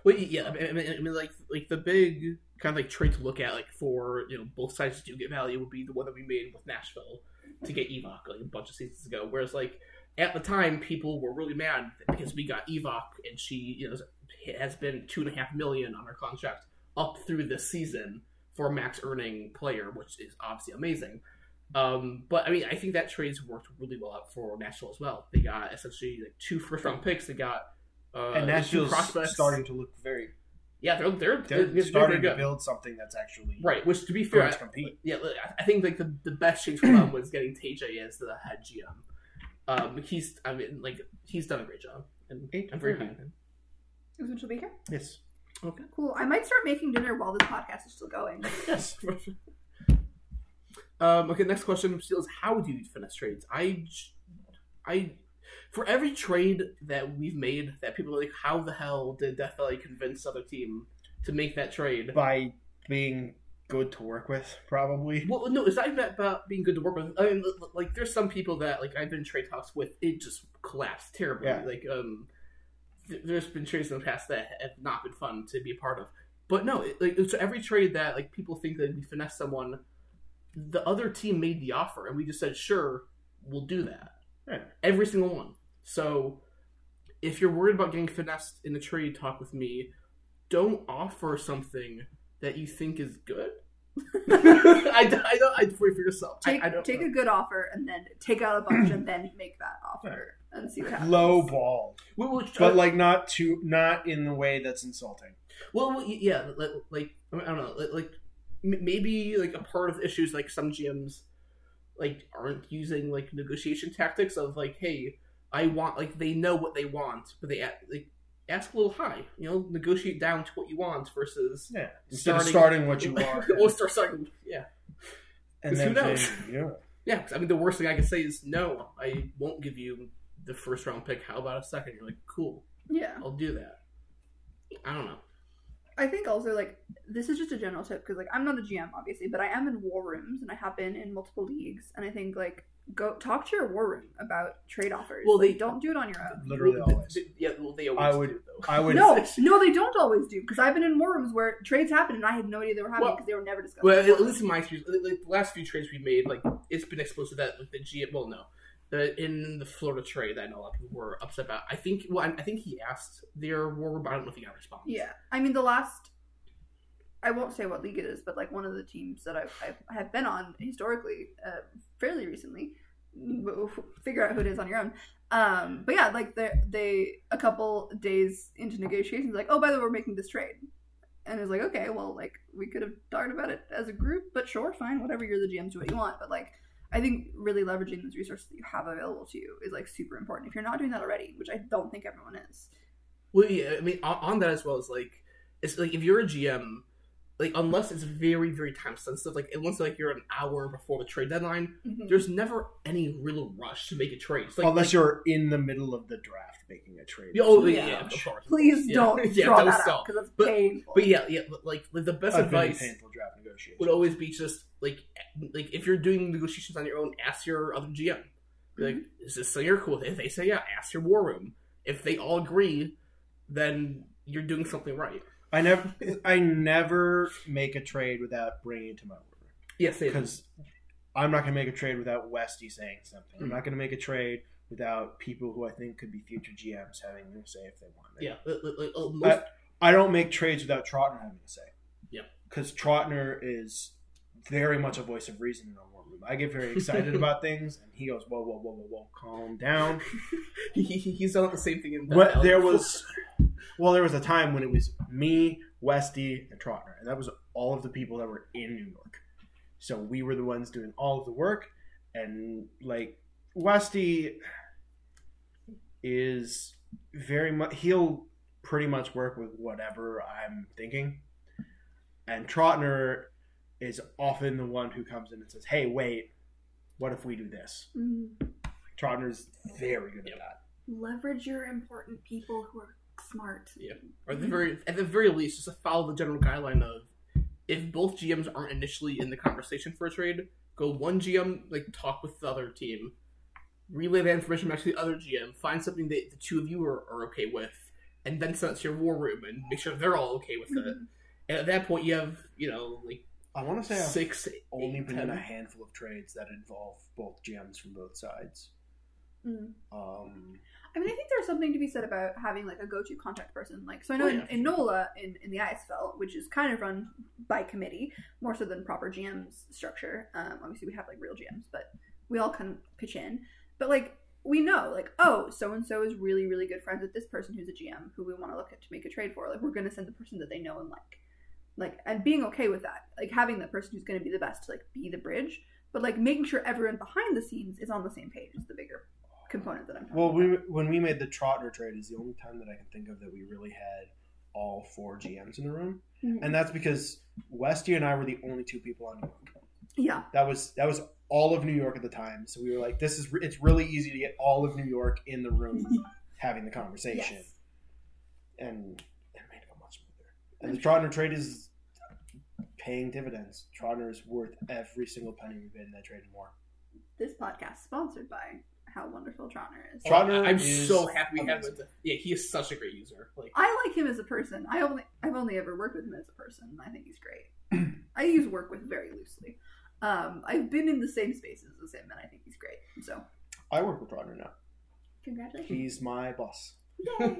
C: Well, yeah, I mean, I mean, I mean, like, like the big kind of like trade to look at, like for you know both sides do get value, would be the one that we made with Nashville to get Evoc like a bunch of seasons ago. Whereas like at the time, people were really mad because we got Evoc and she you know has been two and a half million on her contract up through this season for a max earning player, which is obviously amazing. Um, but I mean, I think that trade's worked really well out for Nashville as well. They got essentially like two first round picks. They got uh,
B: and
C: two
B: Nashville's
C: prospects.
B: starting to look very.
C: yeah, they're
B: They're,
C: they're, they're, they're
B: starting
C: good.
B: to build something that's actually
C: right. Which to be fair,
B: going
C: I-
B: to compete.
C: yeah, look, I- I think like the, the best change for them was getting TJ as the head GM. Um, he's I mean like he's done a great job, and I'm very high on him.
D: Is Mitchell Baker?
B: Yes.
D: Cool. I might start making dinner while this podcast is still going.
C: Yes. um, okay, next question from Steele is how do you finesse trades? I, j- I, for every trade that we've made that people are like, how the hell did Death Valley convince other team to make that trade?
B: By being good to work with, probably.
C: Well, no, it's not even about being good to work with. I mean, l- l- like, there's some people that like I've been in trade talks with, it just collapsed terribly.
B: Yeah.
C: Like, um, th- there's been trades in the past that have not been fun to be a part of. But no, it, like so every trade that like people think that we finesse someone, the other team made the offer, and we just said, sure, we'll do that.
B: Yeah.
C: Every single one. So, if you're worried about getting finessed in a trade talk with me, don't offer something that you think is good. I, d- I don't. I for for yourself. I-
D: Take
C: I, don't
D: take
C: know.
D: a good offer and then take out a bunch and then make that offer and see what happens.
B: Low ball,
C: We- we'll try-
B: but like not too, not in the way that's insulting.
C: Well, well, y- yeah, like, like I don't know, like, like m- maybe like a part of the issue is like some GMs like aren't using like negotiation tactics of like, hey, I want like they know what they want, but they a- like ask a little high, you know, negotiate down to what you want versus
B: Yeah. Instead of starting
C: Starting-
B: what you are.
C: we'll start starting. Yeah,
B: and
C: who
B: then
C: knows?
B: saying, yeah.
C: yeah. 'cause, I mean, the worst thing I can say is no, I won't give you the first round pick. How about a second? You're like, cool,
D: Yeah.
C: I'll do that. I don't know.
D: I think also like this is just a general tip because like I'm not a GM obviously, but I am in war rooms and I have been in multiple leagues, and I think like go talk to your war room about trade offers.
C: Well,
D: Well,
C: they-
D: they don't do it on your own.
B: Literally
C: Well, th-
B: always.
C: th- yeah, well, they always
B: I would-
C: do, though.
B: I would.
D: No, no, they don't always do because I've been in war rooms where trades happen and I had no idea they were happening
C: Well-
D: because they were never discussed.
C: Well, at least in my experience, like, like, the last few trades we made, like it's been explosive that like, the GM. Well, no, the, in the Florida trade, that I know a lot of people were upset about. I think. Well, I, I think he asked their war, but I don't know if he got a response.
D: yeah, I mean the last. I won't say what league it is, but like one of the teams that I've, I've I have been on historically, uh, fairly recently. We'll Figure out who it is on your own. Um, but yeah, like they they a couple days into negotiations, like oh by the way we're making this trade, and it was like okay well like we could have talked about it as a group, but sure fine whatever you're the GM do what you want, but like I think really leveraging those resources that you have available to you is like super important. If you're not doing that already, which I don't think everyone is,
C: Well, yeah. I mean, on, on that as well is like, it's like if you're a GM, like unless it's very very time sensitive, like unless like you're an hour before the trade deadline, there's never any real rush to make a trade. It's like,
B: unless
C: like,
B: you're in the middle of the draft making a trade.
C: Yeah, oh,
D: Yeah.
C: yeah, of course.
D: Please
C: Yeah.
D: don't
C: Yeah,
D: draw
C: don't
D: that
C: sell.
D: out because it's
C: But-
D: painful.
C: But yeah, yeah, like, like the best
B: I've been in
C: advice.
B: painful draft negotiations.
C: would always be just like like if you're doing negotiations on your own, ask your other GM. Be like,
B: Mm-hmm.
C: is this something you're cool with? If they say yeah, ask your war room. If they all agree, then you're doing something right.
B: I never, I never make a trade without bringing it to my order
C: Yes, they do.
B: because I'm not going to make a trade without Westy saying something.
C: Mm.
B: I'm not going to make a trade without people who I think could be future GMs having their say if they want. it.
C: Yeah, li- li- li- uh, most-
B: I, I don't make trades without Trotner having a say.
C: Yeah.
B: because Trotner is very much a voice of reason in our war room. I get very excited about things, and he goes, "Whoa, whoa, whoa, whoa, whoa, calm down."
C: he, he, he's done the same thing in Death
B: What
C: Valley
B: there
C: before.
B: was, well, there was a time when it was me, Westy, and Trotner, and that was all of the people that were in New York. So we were the ones doing all of the work, and like Westy is very much he'll pretty much work with whatever I'm thinking, and Trotner is often the one who comes in and says, "Hey, wait, what if we do this?"
D: Mm,
B: Trotner's very good at
C: Yep.
B: that.
D: leverage your important people who are smart.
C: Yeah. or at the very at the very least, just to follow the general guideline of if both GMs aren't initially in the conversation for a trade, go one GM like talk with the other team, relay that information back to the other GM, find something that the two of you are, are okay with, and then send it to your war room and make sure they're all okay with it.
D: Mhm.
C: And at that point, you have you know like
B: I want to say I've
C: six,
B: only
C: eight,
B: been in a
C: ten.
B: handful of trades that involve both GMs from both sides.
D: Mm.
B: Um,
D: I mean, I think there's something to be said about having like a go-to contact person. Like, so I know
C: Oh,
D: in,
C: yeah.
D: in NOLA in, in the ISFL, which is kind of run by committee more so than proper GM's structure. Um, obviously, we have like real GMs, but we all kind of pitch in. But like, we know like, oh, so and so is really really good friends with this person who's a GM who we want to look at to make a trade for. Like, we're going to send the person that they know and like, like, and being okay with that. Like having that person who's going to be the best to like be the bridge, but like making sure everyone behind the scenes is on the same page is the bigger component that I'm talking
B: well,
D: about.
B: we, when we made the Trotter trade, is the only time that I can think of that we really had all four GMs in the room,
D: Mhm.
B: and that's because Westy and I were the only two people on New York.
D: Yeah,
B: That was that was all of New York at the time. So we were like, this is it's really easy to get all of New York in the room having the conversation,
D: Yes.
B: and it made it go much smoother. And the Trotter trade is paying dividends. Trotter is worth every single penny we made in that trade and more.
D: this podcast is sponsored by how wonderful Trotner is.
B: Tro- Trotter
C: I'm
B: is
C: so happy we have
B: amazing.
C: him. Yeah, he is such a great user. Like,
D: I like him as a person. I only I've only ever worked with him as a person. I think he's great. I use work with very loosely. Um, I've been in the same spaces as him, and I think he's great. So
B: I work with Trotter now.
D: congratulations!
B: He's my boss.
D: Yay.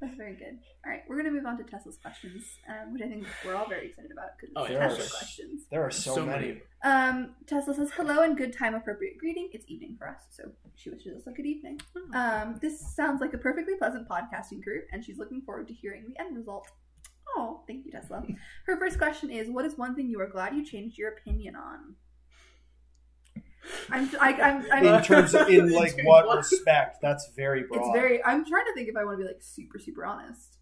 D: That's very good. All right, we're gonna move on to Tesla's questions, um, which I think we're all very excited about because
C: Oh,
D: it's
B: yeah.
D: Tesla
B: Yes.
D: questions.
B: There are so,
C: So
B: many.
C: many.
D: Um, Tesla says, hello and good time appropriate greeting. It's evening for us, so she wishes us a good evening.
B: Oh.
D: Um, this sounds like a perfectly pleasant podcasting group, and she's looking forward to hearing the end result. Oh, thank you, Tesla. Her first question is, what is one thing you are glad you changed your opinion on? I'm, I, I'm, I'm
B: In terms of in like
C: Dude,
B: what
C: what?
B: respect? That's very broad.
D: it's very, I'm trying to think if I want to be like super, super honest.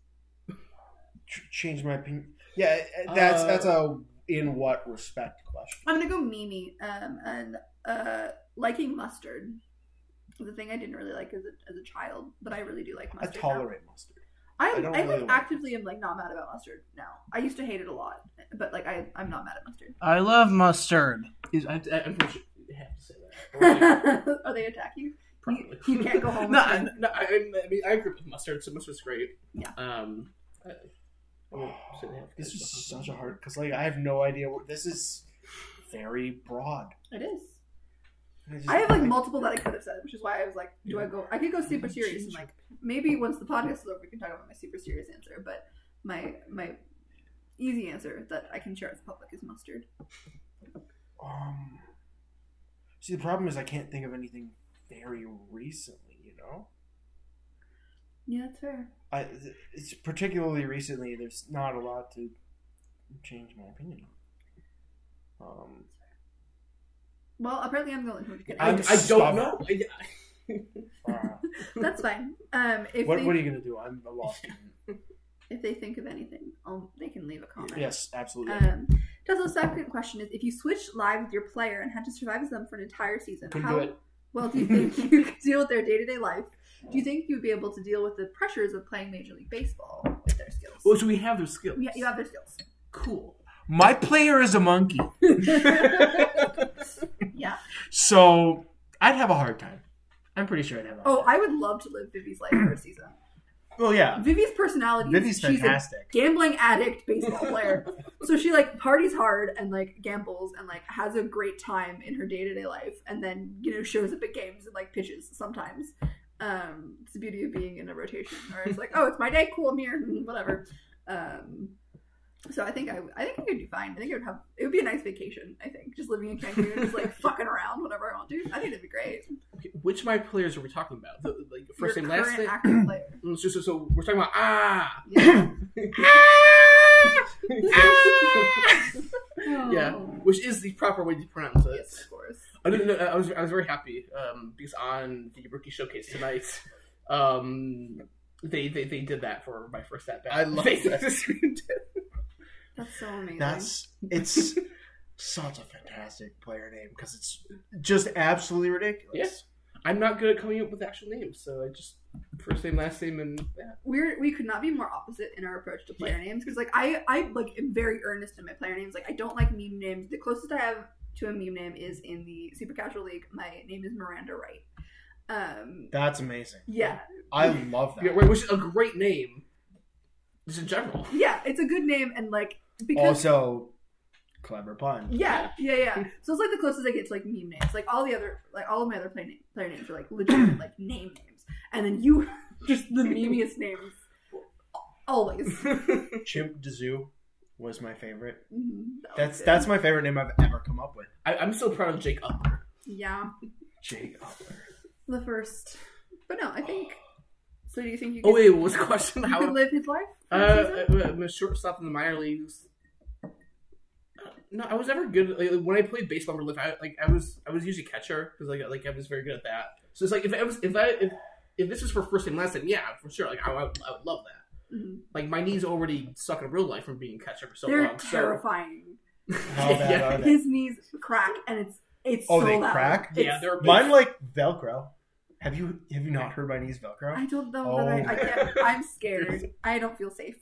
B: Ch- change my opinion. Yeah, eh, that's
C: Uh,
B: that's a in what respect question.
D: I'm gonna go Mimi, um, and uh, liking mustard. The thing I didn't really like as a, as a child, but I really do like
B: I
D: mustard. now.
B: tolerate mustard.
D: I,
B: I
D: I,
B: don't
D: like
B: really like
D: actively am like not mad about mustard now. I used to hate it a lot, but like I I'm not mad at mustard.
E: I love mustard.
C: I, I, I unfortunately have to say that.
D: Are they attack you?
C: Probably.
D: You can't go home.
C: no,
D: with
C: I,
D: mustard.
C: no, I, I mean, I grew up with mustard, so mustard's great.
D: Yeah.
C: Um, I, I won't say they have
B: Oh, This
C: kids,
B: is
C: but-
B: such a hard because like I have no idea what this is. Very broad.
D: it is.
B: just-
D: I have like multiple that I could have said, which is why I was like, do I
C: Yeah.
D: go? I could go super serious and like maybe once the podcast is over, we can talk about my super serious answer. But my my easy answer that I can share with the public is mustard.
B: um, see, the problem is I can't think of anything very recently. You know,
D: Yeah, that's fair.
B: I it's particularly recently. There's not a lot to change my opinion. on. Um,
D: Well, apparently I'm the only one who can.
C: I, I
B: I'm
C: don't
B: stubborn.
C: know. I,
B: uh,
D: That's fine. Um, if
B: what
D: they,
B: what are you gonna do? I'm a law student.
D: if they think of anything, I'll, they can leave a comment.
B: Yes, absolutely.
D: Um, Tesla's second question is: If you switched lives with your player and had to survive as them for an entire season,
B: Couldn't
D: how
B: do it.
D: well do you think you could deal with their day-to-day life? Do you think you would be able to deal with the pressures of playing Major League Baseball with their skills?
C: well, so we have those skills.
D: yeah, you have their skills.
C: Cool.
E: My player is a monkey,
D: Yeah.
E: so I'd have a hard time. I'm pretty sure I'd have a hard
D: Oh, I would love to live Vivi's life for a season.
B: Well, yeah,
D: Vivi's personality
B: Vivi's
D: is um, she's a
B: fantastic.
D: gambling addict baseball player. so she like parties hard and like gambles and like has a great time in her day to day life, and then you know shows up at games and like pitches sometimes. Um, it's the beauty of being in a rotation, or it's like, oh, it's my day, cool, I'm here, mm, whatever. Um, so I think I, I think I could do fine. I think it would have it would be a nice vacation. I think just living in Cancun and just like fucking around whenever I want to. I think that'd be great.
C: Okay, which of my players are we talking about? The, like first
D: Your
C: name, last
D: current
C: name.
D: active player.
C: Mm, So, so, so we're talking about ah.
D: Yeah. Ah!
C: Yeah. Which is the proper way to pronounce it.
D: Yes, of course.
C: I, didn't know, I was I was very happy um, because on the rookie showcase tonight, um, they, they they did that for my first at bat.
B: I love
C: they,
B: that.
D: That's so amazing.
B: That's it's such a fantastic player name because it's just absolutely ridiculous.
C: Yes. I'm not good at coming up with actual names, so I just first name, last name, and yeah.
D: we're we could not be more opposite in our approach to player names because like I I like am very earnest in my player names. Like I don't like meme names. The closest I have to a meme name is in the Super Casual League. My name is Miranda Wright. Um,
B: That's amazing.
D: yeah,
B: I love that.
C: yeah right, which is a great name, just in general.
D: yeah, it's a good name and like because
B: also, Clever pun.
D: Yeah, yeah, yeah. So it's like the closest I get to like meme names. Like all the other, like all of my other player, name, player names are like legit like name names, and then you just the memeiest names always.
B: Chimp Dazoo was my favorite.
D: Mhm, that was
B: That's
D: good.
B: that's my favorite name I've ever come up with.
C: I, I'm so proud of Jake Upper.
D: yeah,
B: Jake Upler.
D: the first. But no, I think. So do you think you? Could,
C: Oh wait, what was the question?
D: you could
C: How?
D: live his life?
C: Uh,
D: for a season?
C: uh, I'm a shortstop in the minor leagues. No, I was never good. Like, when I played baseball for life, I, like I was, I was usually catcher because like, like I was very good at that. So it's like if I was, if I, if, if this was for first and last, then yeah, for sure. Like I, I, would, I would love that.
D: Mhm.
C: Like my knees already suck in real life from being a catcher for so
D: They're
C: long. So
D: terrifying.
B: How bad
C: Yeah.
B: are they?
D: His knees crack, and it's it's
B: Oh,
D: so
B: they
D: loud.
B: crack?
D: It's-
C: yeah, they're
B: Mine like Velcro. Have you have you not heard my knees Velcro?
D: I don't know
B: Oh.
D: that I, I can't. I'm scared. I don't feel safe.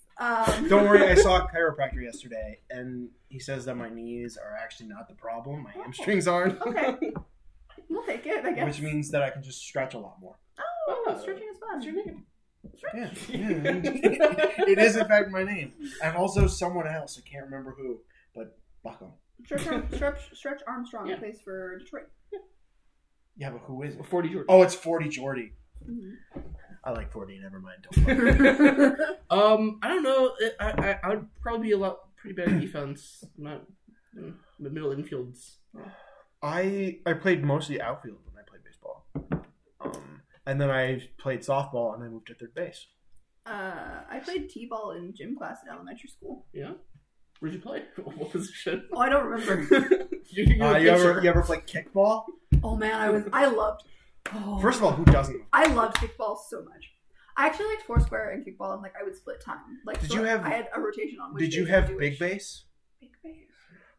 D: Um,
B: Don't worry, I saw a chiropractor yesterday, and he says that my knees are actually not the problem. My hamstrings aren't,
D: Okay. We'll take it, Oh. I guess.
B: which means that I can just stretch a lot more.
D: oh, stretching is fun.
B: Yeah, yeah. it is in fact my name. I'm also someone else. I can't remember who, but Buckham.
D: Stretch, Arm- stretch, stretch Armstrong
C: Yeah.
D: plays for Detroit.
B: Yeah, but who is it?
C: forty George.
B: Oh, it's Forty Jordy.
D: Mm-hmm.
B: I like Forty. Never mind. Don't worry.
C: um, I don't know. I, I, I would probably be a lot pretty bad at defense. I'm not mm, the middle infields.
B: I I played mostly outfield when I played baseball, um, and then I played softball, and I moved to third base.
D: Uh, I played t-ball in gym class in elementary school.
C: Yeah. Where'd you play? What position?
D: Oh, I don't remember.
C: you, you,
B: Uh, you ever you ever play kickball?
D: oh man, I was I loved. Oh,
B: First of all, who doesn't?
D: I loved kickball so much. I actually liked foursquare and kickball, and like I would split time. Like,
B: Did
D: so
B: you have-
D: I had a rotation on. Which
B: Did you
D: days I
B: have
D: do
B: big
D: which-
B: base?
D: Big base.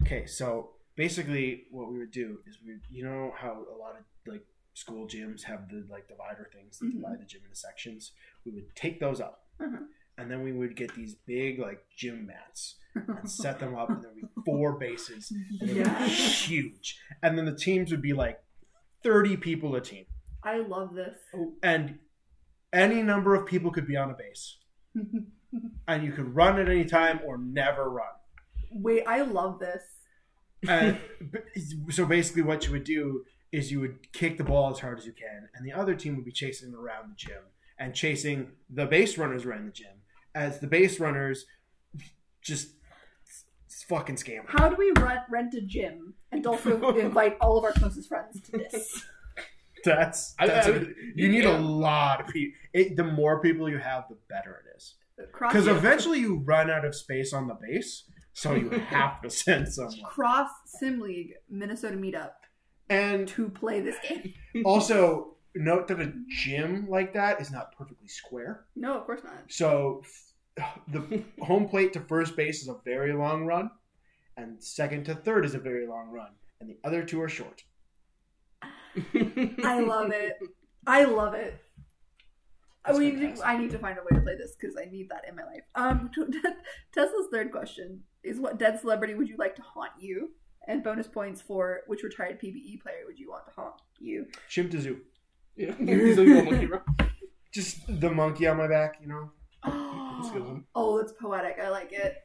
B: Okay, so basically, what we would do is we, you know, how a lot of like school gyms have the like divider things that
D: Mhm.
B: divide the gym into sections. We would take those up,
D: Uh-huh.
B: and then we would get these big like gym mats and set them up, and there would be four bases, and they would be
D: Yeah,
B: huge. And then the teams would be like thirty people a team,
D: I love this.
B: and any number of people could be on a base, and you could run at any time or never run.
D: Wait, I love this.
B: Uh, b- so basically, what you would do is you would kick the ball as hard as you can, and the other team would be chasing around the gym and chasing the base runners around the gym as the base runners just s- s- fucking scam.
D: How do we rent rent a gym and also invite all of our closest friends to this?
B: That's,
C: I-
B: that's
C: I-
B: a- you need
C: yeah.
B: a lot of people. It, the more people you have, the better it is.
D: Cross
B: Because eventually you run out of space on the base, so you have to send someone.
D: cross sim league Minnesota meetup
B: And
D: to play this game.
B: also note that a gym like that is not perfectly square.
D: No, of course not.
B: So f- the home plate to first base is a very long run, and second to third is a very long run, and the other two are short.
D: I love it. I love it.
B: That's
D: we need
B: fantastic.
D: to, I need to find a way to play this because I need that in my life. Um, Tesla's third question is: What dead celebrity would you like to haunt you? And bonus points for which retired PBE player would you want to haunt you?
B: Chimp to zoo.
C: Yeah. He's like, "Oh, monkey rock."
B: Just the monkey on my back, you know?
C: a good one.
D: oh, that's poetic. I like it.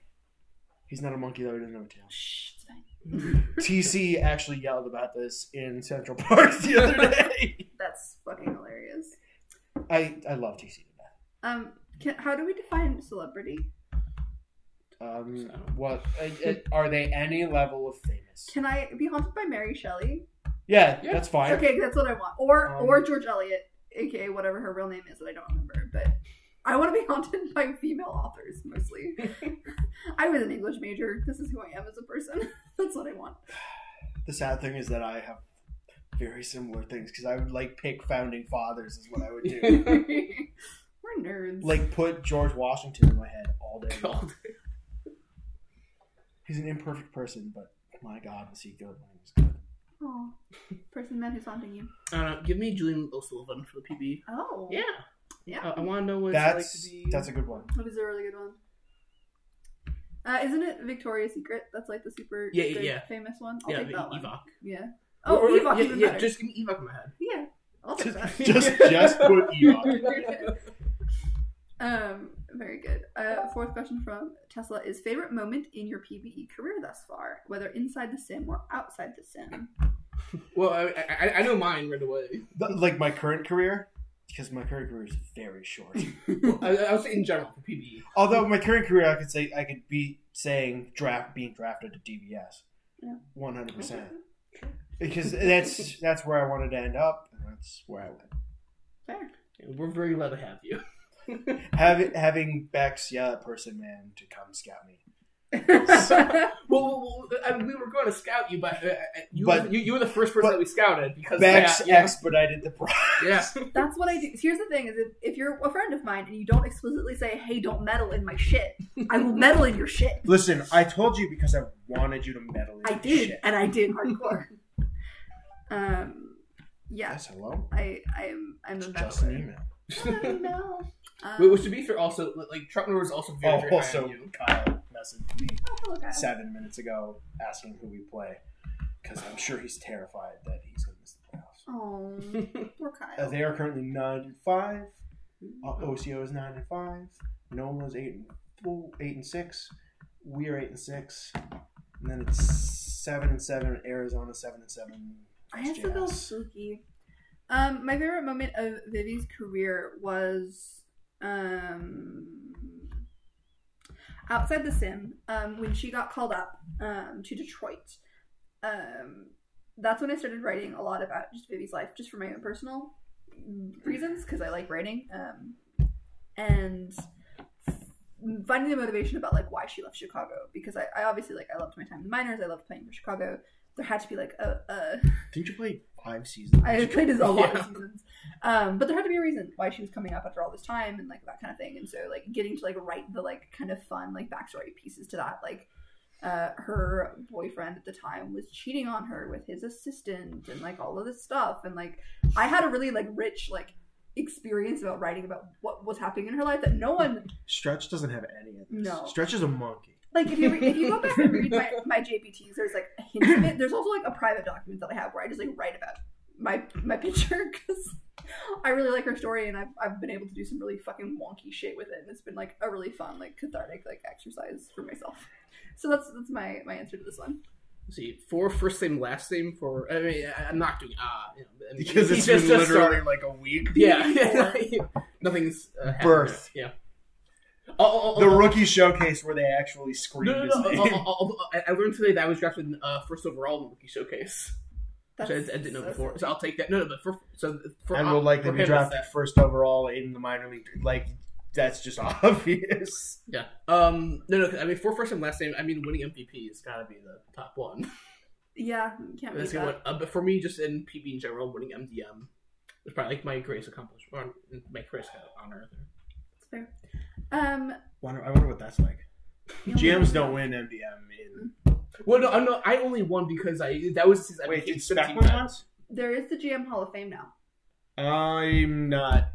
B: He's not a monkey though, he doesn't have a tail.
D: Shh, it's fine.
B: TC actually yelled about this in Central Park the other day.
D: That's fucking hilarious.
B: I, I love TC to death.
D: Um, can, how do we define celebrity?
B: Um, what I- I- are they any level of famous?
D: Can I be haunted by Mary Shelley?
B: Yeah,
C: Yeah.
B: that's fine.
D: Okay, that's what I want. Or
B: Um,
D: or George Eliot, aka whatever her real name is that I don't remember. But I want to be haunted by female authors mostly. I was an English major. This is who I am as a person. that's what I want.
B: The sad thing is that I have very similar things because I would like pick founding fathers is what I would do.
D: We're nerds.
B: like put George Washington in my head all day. long.
C: God.
B: He's an imperfect person, but my God, was he good when he was good.
D: oh, person man who's haunting you.
C: I don't know. Uh, Give me Julian O'Sullivan for the PB.
D: Oh,
C: Yeah. Uh,
D: yeah.
C: I- I want to know what
B: That's
C: it's like to be.
B: that's a good one.
D: That is a really good one. Uh, isn't it Victoria's Secret? That's like the super
C: Yeah, yeah,
D: big
C: yeah.
D: famous one. I'll
C: yeah,
D: take
C: the
D: that one.
C: Evoc.
D: Yeah. Oh,
C: Or- or-
D: Evoc,
C: yeah,
D: even
C: yeah,
D: better.
C: just give me Evoc in my head.
D: Yeah, I'll take that.
B: Just just put Ewok.
D: um, Very good. Uh, fourth question from Tesla is favorite moment in your PBE career thus far, whether inside the sim or outside the sim.
C: Well, I, I, I know mine right away.
B: Th- like my current career, because my current career is very short.
C: I, I would say in general for PBE.
B: Although my current career, I could say I could be saying draft being drafted to DBS,
D: Yeah.
B: one hundred percent. Because that's that's where I wanted to end up, and that's where I went.
D: Fair.
C: We're very glad to have you.
B: Having having Bex, yeah, that person, man, to come scout me.
C: Well, well, well, I mean, we were going to scout you, but uh, uh, you,
B: But-
C: were, you, you were the first person
B: but-
C: that we scouted because
B: Bex
C: yeah,
B: expedited the process.
C: yeah,
D: That's what I do. Here's the thing: is if, if you're a friend of mine and you don't explicitly say, "Hey, don't meddle in my shit," I will meddle in your shit.
B: Listen, I told you because I wanted you to meddle. In
D: I
B: this
D: did,
B: Shit.
D: and I did hardcore. um, yeah,
B: Yes, hello.
D: I, I'm, I'm a
B: It's
D: meddler.
B: just an email.
D: I know. Um,
C: Wait, which to be fair, also like Truckner was also very, very
B: Oh,
C: high
B: also,
C: on you.
B: Kyle messaged me
D: oh, hello, guys.
B: seven minutes ago asking who we play because I'm sure he's terrified that he's going to miss the playoffs.
D: Oh, poor
B: Uh,
D: Kyle.
B: they are currently nine and five. Uh, OCO is nine and five. Nola's eight and four, eight and six. We are eight and six, and then it's seven and seven. Arizona seven and seven.
D: I have to go
B: SJS.
D: spooky. Um, my favorite moment of Vivi's career was um, outside the sim um, when she got called up um, to Detroit. Um, that's when I started writing a lot about just Vivi's life, just for my own personal reasons, because I like writing. Um, and finding the motivation about like why she left Chicago, because I, I obviously like I loved my time in the minors, I loved playing for Chicago. There had to be like a, a
B: Didn't you play five seasons?
D: I played as a lot
C: Yeah.
D: of seasons. Um, but there had to be a reason why she was coming up after all this time and like that kind of thing. And so like getting to like write the like kind of fun like backstory pieces to that, like uh, her boyfriend at the time was cheating on her with his assistant and like all of this stuff. And like I had a really like rich like experience about writing about what was happening in her life that no one
B: Stretch doesn't have any of this.
D: No.
B: Stretch is a monkey.
D: like if you re- if you go back and read my, my JPTs, there's like a hint of it. There's also like a private document that I have where I just like write about my my picture because I really like her story and I've I've been able to do some really fucking wonky shit with it. And it's been like a really fun like cathartic like exercise for myself. So that's that's my my answer to this one.
C: Let's see, for first name, last name for. I mean, I, I'm not doing ah you know, I mean,
B: Because
C: he
B: it's
C: just-
B: been
C: just
B: literally
C: started.
B: like a week.
C: yeah, nothing's uh, happened
B: Birth.
C: yet. Yeah. Oh, oh, oh,
B: The
C: oh,
B: rookie showcase where they actually
C: No,
B: screamed
C: no, no.
B: his
C: oh,
B: name.
C: oh, oh, oh, I- I learned today that I was drafted uh, first overall in the rookie showcase.
D: That's,
C: Which I, I didn't know
D: so
C: before,
D: silly.
C: so I'll take that. No, no, but for so for
B: and will likely
C: for
B: be
C: him,
B: drafted
C: it's that.
B: first overall in the minor league. Like that's just obvious.
C: Yeah. Um. No, no. I mean, for first and last name, I mean, winning MVP has got to be the top one.
D: yeah, you can't beat
C: That's a good
D: that.
C: one. Uh, but for me, just in PB in general, winning MDM was probably like my greatest accomplishment, or my greatest on earth.
D: That's fair. Um,
B: Wonder, I wonder what that's like. GMs don't win MDM. In,
C: Well, no, no, I only won because I that was since I
B: Wait,
C: became
B: did Spec
C: 17
B: win
C: rounds.
D: There is the GM Hall of Fame now,
B: I'm not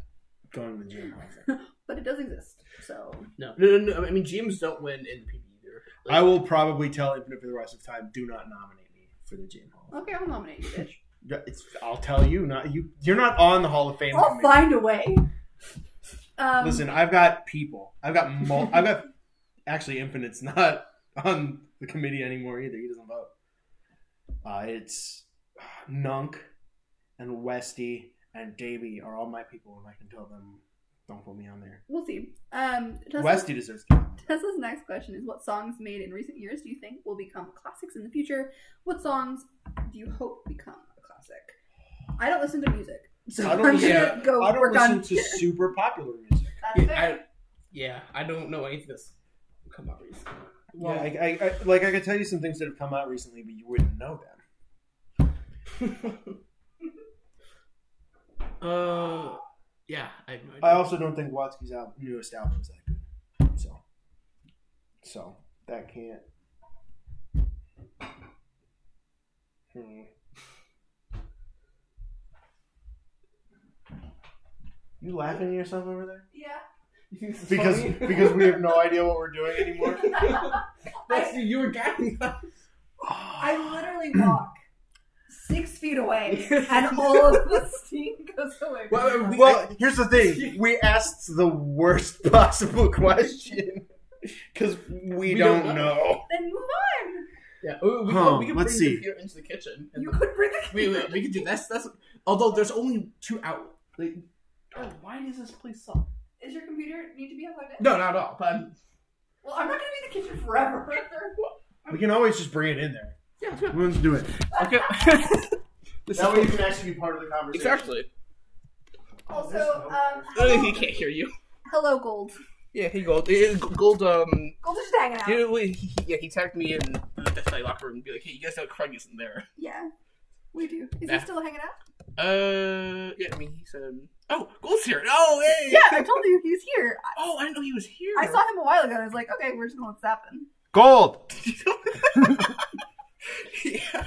B: going to GM.
D: but it does exist. So
C: No, no, no, no. I mean, GMs don't win in the PB either.
B: I will probably tell Infinite for the rest of time. Do not nominate me for the GM Hall.
D: okay, I'll nominate you, bitch.
B: Yeah, It's, I'll tell you, not you. You're not on the Hall of Fame.
D: I'll
B: committee.
D: find a way. Um,
B: Listen, I've got people. I've got. Mul- I've got. Actually, Infinite's not on the committee anymore either. He doesn't vote. Uh, it's Nunk and Westy and Davey are all my people, and I can tell them don't put me on there.
D: We'll see. Um, Tesla's,
B: Westy deserves. To be on there.
D: Tesla's next question is: What songs made in recent years do you think will become classics in the future? What songs do you hope become a classic? I don't listen to music, so
B: I
D: I'm
B: don't
D: gonna
B: listen-
D: go
B: I don't
D: work
B: listen
D: on.
B: to super popular music.
D: That's
C: Yeah,
D: fair.
C: I, yeah, I don't know anything that's come out recently.
B: Well, yeah, I, I, I, like I could tell you some things that have come out recently, but you wouldn't know them.
C: uh, yeah, I have no idea.
B: I also don't think Watsky's al- newest album is that good. So, so that can't. Hmm. You laughing at yourself over there?
D: yeah.
B: Because because we have no idea what we're doing anymore.
C: that's you were getting.
D: I literally walk six feet away, and all of the steam goes away.
E: Well, we-
B: Well, here's the thing: we asked the worst possible question because we,
C: We
B: don't,
C: don't know.
B: know.
D: then move on.
C: Yeah, we, we
B: Huh,
C: could, we could
B: let's
C: bring
B: see.
C: the beer into the kitchen. and
D: You
C: the-
D: could bring the
C: we, we, we could do that's that's. Although there's only two out. Like, oh, why does this place suck?
D: Is your computer need to be uploaded?
C: No, not at all. But I'm,
D: Well, I'm not going to be in the kitchen forever.
B: We can always just bring it in there.
C: yeah, it's good.
B: Let's do it.
C: okay. This
B: That
C: is-
B: way you can actually be part of the conversation.
C: exactly.
D: also, um,
C: He
D: hello,
C: can't hear you.
D: hello, Gold.
C: Yeah, he gold. eh, Gold. Um.
D: Gold is just hanging out.
C: You know, he, he, yeah, he tagged me in the Death Valley locker room and be like, "Hey, you guys know Craig isn't there."
D: Yeah, we do. Is
C: Nah.
D: he still hanging out?
C: Uh, yeah. I mean, he's um. Oh, Gold's here. Oh, hey.
D: Yeah, I told you he's here.
C: Oh, I didn't know he was here.
D: I saw him a while ago. and I was like, okay, we're just gonna let this happen.
B: Gold.
C: yeah.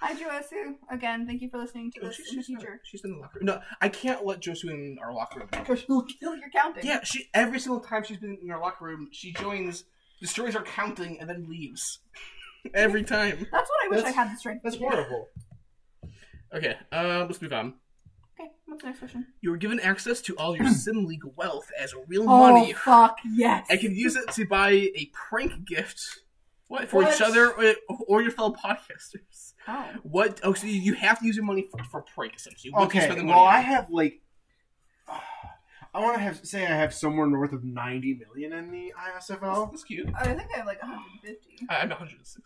D: Hi, Joesu. Again, thank you for listening to
C: Oh,
D: this
C: she-
D: in the
C: she's, not-
D: future.
C: she's in the locker room. No, I can't let Josu in our locker room.
D: Because you'll kill your counting.
C: Yeah, she every single time she's been in our locker room, she joins, destroys our counting, and then leaves. every time.
D: That's what I wish
B: That's-
D: I had the strength.
B: That's
D: to do.
B: horrible.
C: Okay, um, let's move on.
D: Okay, what's the next question?
C: You were given access to all
B: Hmm.
C: your Sim League wealth as real
D: Oh
C: money.
D: fuck yes!
C: I can use it to buy a prank gift. What for each
D: What?
C: other or, or your fellow podcasters?
D: Oh.
C: What? Oh, so you- you have to use your money for, for prank essentially. What do you
B: Okay.
C: spend the
B: Well,
C: money
B: I
C: on?
B: have like, I want to have say I have somewhere north of ninety million in the
C: That's,
B: ISFL.
C: that's cute.
D: I think I have like 150.
C: I- I'm 160.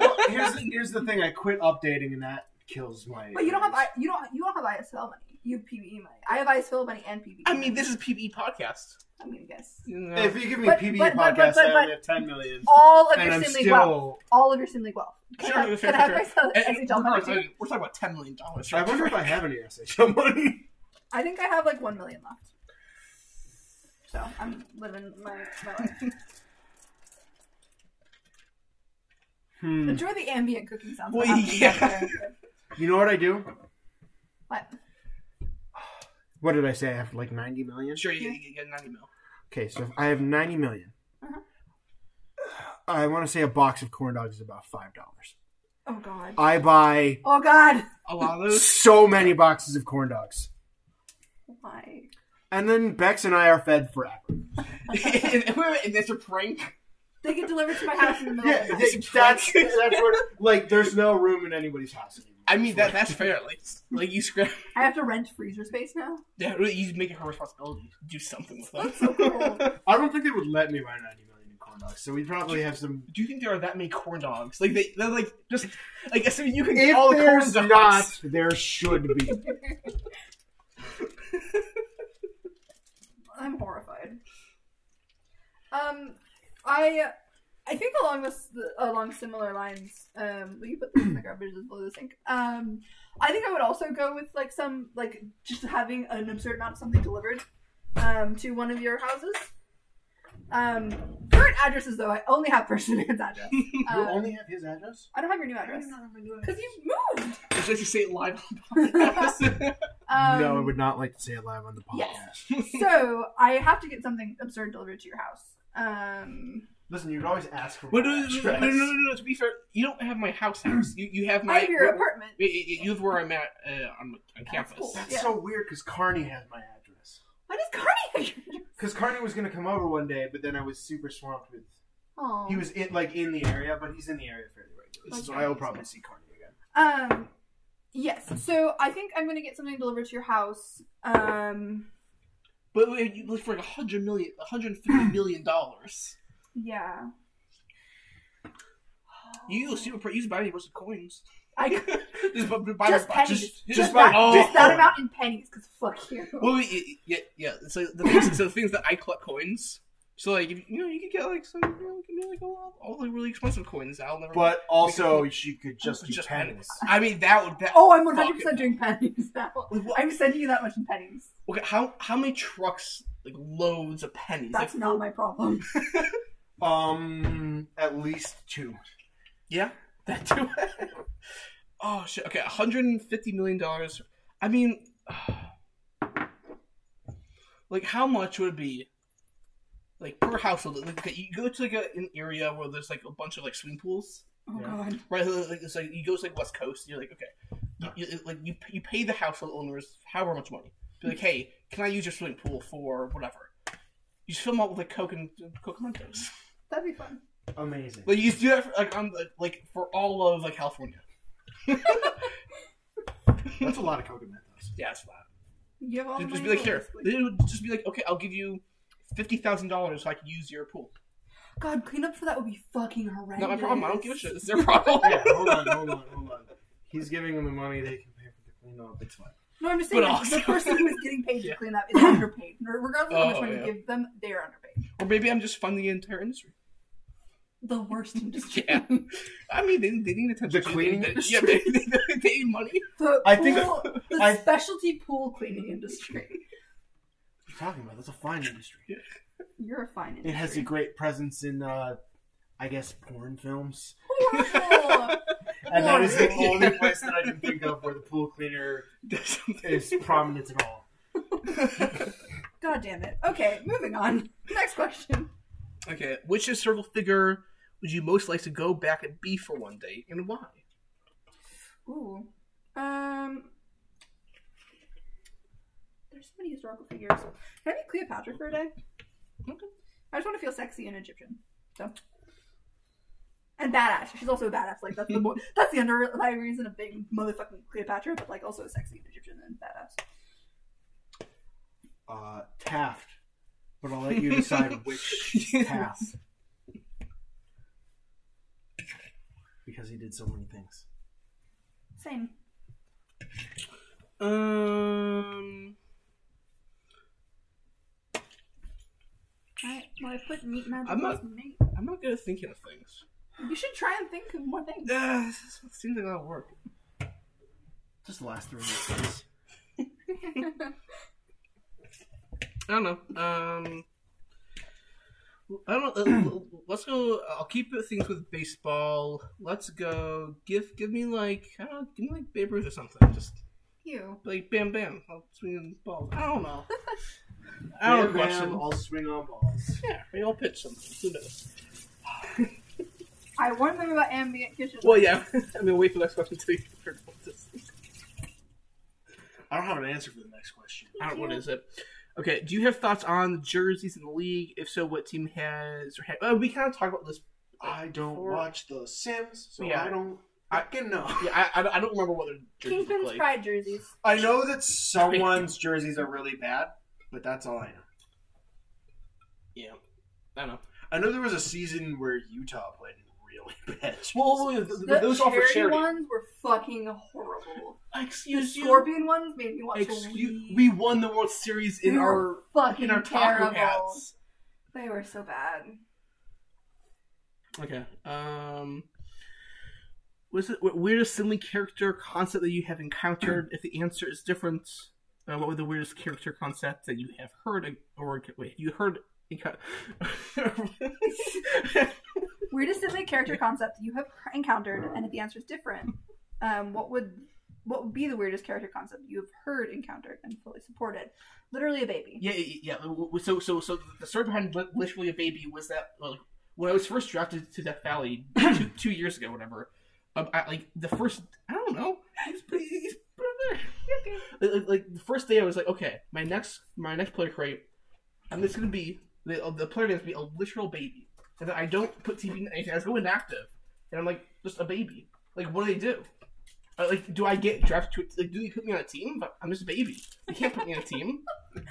B: well, here's the, here's the thing: I quit updating, and that kills my.
D: But you don't have I, you don't you don't have ISL money. You have PVE money. I have ISL money and PVE.
C: I mean, this is PBE podcast.
D: I'm gonna guess
C: You know.
B: If you give me
D: But-
B: PB
D: but- but-
B: podcast,
D: but- but-
B: I only have ten million,
D: all of
B: and
D: your
B: I'm
D: Sim League
B: still.
D: wealth. All of your Sim League wealth. Can
C: Sure,
D: I have,
C: fair,
D: can I have
C: fair.
D: myself
C: And- and
D: SHL money
C: regardless,
D: too?
C: like, we're talking about ten million dollars.
B: I wonder if I have any SHL money.
D: I think I have like one million left. So I'm living my, my life.
B: Hmm.
D: Enjoy the ambient cooking sounds.
C: Well,
D: that happen
C: yeah.
D: back there.
B: You know what I do?
D: What?
B: What did I say? I have like ninety million.
C: Sure, you, you get ninety mil.
B: Okay, so if I have ninety million.
D: Uh-huh.
B: I want to say a box of corn dogs is about five dollars.
D: Oh god.
B: I buy
D: Oh god.
C: A lot of those.
B: so many boxes of corn dogs,
D: Why?
B: and then Bex and I are fed forever.
C: and, and, wait, and that's a prank.
D: They get delivered to my house in the middle.
B: Yeah,
D: of the night.
B: th- that's that's what like. There's no room in anybody's house anymore.
C: I mean, that that's fair. Like, like you scrap.
D: I have to rent freezer space now.
C: Yeah, really, you make it her responsibility. to Do something with them.
D: That's so cool.
B: I don't think they would let me buy ninety million in corn dogs, so we probably have some.
C: Do you think there are that many corn dogs? Like they, they're like just like assuming you can get
B: If
C: all the corn
B: there's
C: dogs.
B: not, uh, there should be.
D: I'm horrified. Um, I, I think along this along similar lines. Um, will you put this in the garbage as below the sink? Um, I think I would also go with like some like just having an absurd amount of something delivered, um, to one of your houses. Um, current addresses though I only have Persevere's address.
B: You
D: Um,
B: only have his address.
D: I don't have your new address because you moved.
C: It's like you say it live on the podcast.
D: Um,
B: no, I would not like to say it live on the podcast.
D: yes. so I have to get something absurd delivered to your house. Um,
B: Listen, you could always ask for
C: But no,
B: my
C: no, no, no,
B: address.
C: no, no, no, To be fair, you don't have my house house. You you have my.
D: I have your
C: where-
D: apartment.
C: where- you- you you have where I'm at uh, on, on campus.
D: cool.
B: That's
D: Yeah.
B: so weird because Carney has my address.
D: Why does Carney have your
B: Because Carney was gonna come over one day, but then I was super swamped with.
D: Oh.
B: He was in like in the area, but he's in the area fairly regularly,
D: Like
B: so I'll
D: Carney's
B: probably
D: good.
B: see Carney again.
D: Um, yes. So I think I'm gonna get something delivered to your house. Um,
C: But wait, you look for like a hundred million, a hundred fifty million dollars.
D: yeah.
C: You super pro- you just buy me a bunch of coins.
D: I
C: just bu- bu- buy
D: Just
C: buy-
D: pennies.
C: Just,
D: just,
C: just
D: that,
C: buy. Oh.
D: just that amount in pennies, because fuck you.
C: Well, wait, y- yeah, yeah. So the things, so the things that I collect coins. So like if- you know you could get like some you know, you could get, like all, all the really expensive coins. that I'll never.
B: But also, she could just do
C: Just
B: pennies.
C: I mean that would that.
D: oh, I'm 100
C: fuck it.
D: percent doing pennies now.
C: Like, what-
D: I'm sending you that much in pennies.
C: okay, how how many trucks like loads of pennies?
D: That's
C: like,
D: not my problem.
B: Um, at least two.
C: Yeah, that too. oh shit. Okay, 150 million dollars. I mean, like how much would it be? Like per household, like okay, you go to like a, an area where there's like a bunch of like swimming pools,
D: Oh
E: Yeah.
D: god.
C: Right, like, like, it's like you go to like West Coast, you're like, okay, you, you- like you you pay the household owners however much money. Be like, hey, can I use your swimming pool for whatever? You just fill them up with like Coke and Coke and Mentos.
D: That'd be fun.
E: Amazing.
C: Like you do that for, like on the, like for all of like California.
B: That's a lot of coconut. Though.
C: Yeah, it's flat.
D: You have all the
C: Just, just
D: money
C: be like
D: for
C: here.
D: this, like-
C: They would Just be like, okay, I'll give you fifty thousand dollars so I can use your pool.
D: God, cleanup for that would be fucking horrendous.
C: Not my problem. I don't give a shit. It's their problem.
B: Yeah, hold on, hold on, hold on. He's giving them the money they can pay for the cleanup. It's fine.
D: No, I'm just saying
C: But
D: like,
C: also-
D: the person who is getting paid
C: Yeah.
D: to clean up is underpaid. Regardless of how
C: Oh,
D: much money
C: yeah.
D: you give them, they're underpaid.
C: or maybe I'm just funding the entire industry.
D: The worst industry.
C: Yeah. I mean, they, they need
B: The
C: attention.
B: cleaning
C: They- they- Yeah, they, they, they need money.
D: The
B: I think-
D: pool, the
B: I-
D: specialty pool cleaning industry.
B: What are you talking about? That's a fine industry.
D: You're a fine industry.
B: It has a great presence in, uh, I guess, porn films.
D: Horrible.
B: And that is the
D: Porn.
B: only place that I can think of where the pool cleaner is prominent at all.
D: God damn it. Okay, moving on. Next question.
C: Okay, which historical figure would you most like to go back and be for one day, and why?
D: Ooh. Um. There's so many historical figures. Can I be Cleopatra for a day?
C: Okay.
D: I just want to feel sexy and Egyptian. So. And badass. She's also a badass. Like that's the more, that's the underlying reason of being motherfucking Cleopatra, but like also sexy and Egyptian and badass.
B: Uh, Taft. But I'll let you decide which Taft. Because he did so many things.
D: Same.
C: Um,
D: Alright, well I put meat magic
C: I'm not-
D: as meat.
C: I'm not good at thinking of things.
D: You should try and think of more things.
C: Ah, this is- seems like a lot of work.
B: Just the last three minutes.
C: I don't know. Um, I don't. Uh, let's go. I'll keep things with baseball. Let's go. Give give me like I don't know, give me like Babe Ruth or something. Just
D: You.
C: like bam bam. I'll swing the balls. I don't know. I don't
B: Bam,
C: question.
B: bam, I'll swing on balls.
C: Yeah, we all pitch something. Who knows?
D: I one thing about ambient kitchen.
C: Well, yeah. I mean, wait for the next question until you figure out what this. is.
B: I don't have an answer for the next question.
C: I don't. What is it? Okay. Do you have thoughts on the jerseys in the league? If so, what team has or ha Oh, we kind of talked about this.
B: I don't
C: Or-
B: watch The Sims, so
C: Yeah.
B: I don't. I can know.
C: Yeah, I, I, don't- I don't remember what their jerseys look
D: Kingpin's
C: like.
D: pride jerseys.
B: I know that someone's jerseys are really bad, but that's all I know.
C: Yeah. I don't know.
B: I know there was a season where Utah played really bad.
C: Well, th- th-
D: The
C: those are for
D: charity
C: charity.
D: ones were fucking horrible. The
C: Excuse
D: scorpion ones made me watch.
C: Excuse.
D: Excuse
C: We won the World Series in
D: They
C: our
D: were fucking
C: in our taco
D: terrible.
C: hats.
D: They were so bad.
C: Okay. Um. What's the what weirdest sibling character concept that you have encountered? if the answer is different, uh, what would the weirdest character concept that you have heard en- or wait, you heard? enco-
D: Weirdest sibling character concept you have encountered, and if the answer is different, um, what would what would be the weirdest character concept you have heard, encountered, and fully supported? Literally a baby.
C: yeah, yeah, yeah. w- w- So, so, so the story behind Li- literally a baby was that well, like, when I was first drafted to Death Valley two, two years ago, whatever. Um, I, like the first, I don't know. He's put, he's put him there. Like, like, like, the first day, I was like, okay, my next my next player crate, I'm just gonna be the, uh, the player name is gonna be a literal baby, and then I don't put TP in anything. I just go inactive, and I'm like just a baby. Like what do they do? Uh, like do I get drafted? To, like do they put me on a team? But I'm just a baby. They can't put me on a team.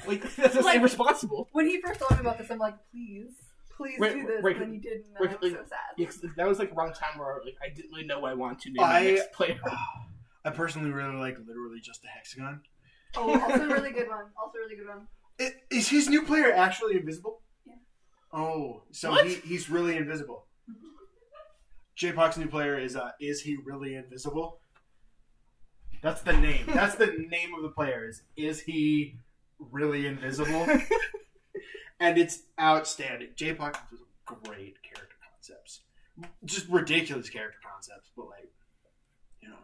C: Like that's just
D: Like-
C: irresponsible.
D: When he first told me about this, I'm like, please, please
C: Right,
D: do this.
C: right,
D: and then you didn't.
C: right,
D: and I'm so
C: like-
D: sad.
C: Yeah, 'cause that was like around the time where like I didn't really know what I wanted to name my
B: I-
C: next player.
B: I personally really like literally just a hexagon.
D: Oh, also a really good one. Also a really good one.
B: I- Is his new player actually invisible?
D: Yeah.
B: Oh, so
C: What?
B: he, he's really invisible. J-Pock's new player is uh, is he really invisible? That's the name. That's the name of the player. Is is he really invisible? and it's outstanding. J-Pock is great character concepts, just ridiculous character concepts, but like, you know,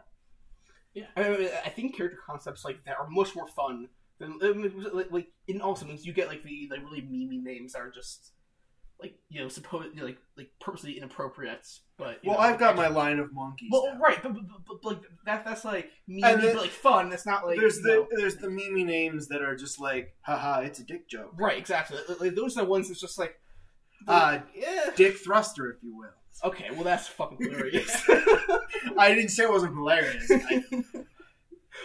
C: Yeah, I, mean, I think character concepts like that are much more fun than I mean, like, like in all sims you get like the like really memey names that are just like you know supposed you know, like like purposely inappropriate, but you
B: Well,
C: know,
B: I've got my line of monkeys.
C: well
B: now.
C: right, but, but, but, but, like that that's like me
B: And
C: but,
B: then-
C: like fun. That's not like
B: there's
C: you
B: the
C: know-
B: there's the meme names that are just like, haha, it's a dick joke.
C: right exactly. Like, like, those are the ones that's just like
B: Uh,
C: yeah.
B: Dick thruster, if you will.
C: Okay, well that's fucking hilarious.
B: I didn't say it wasn't hilarious. I,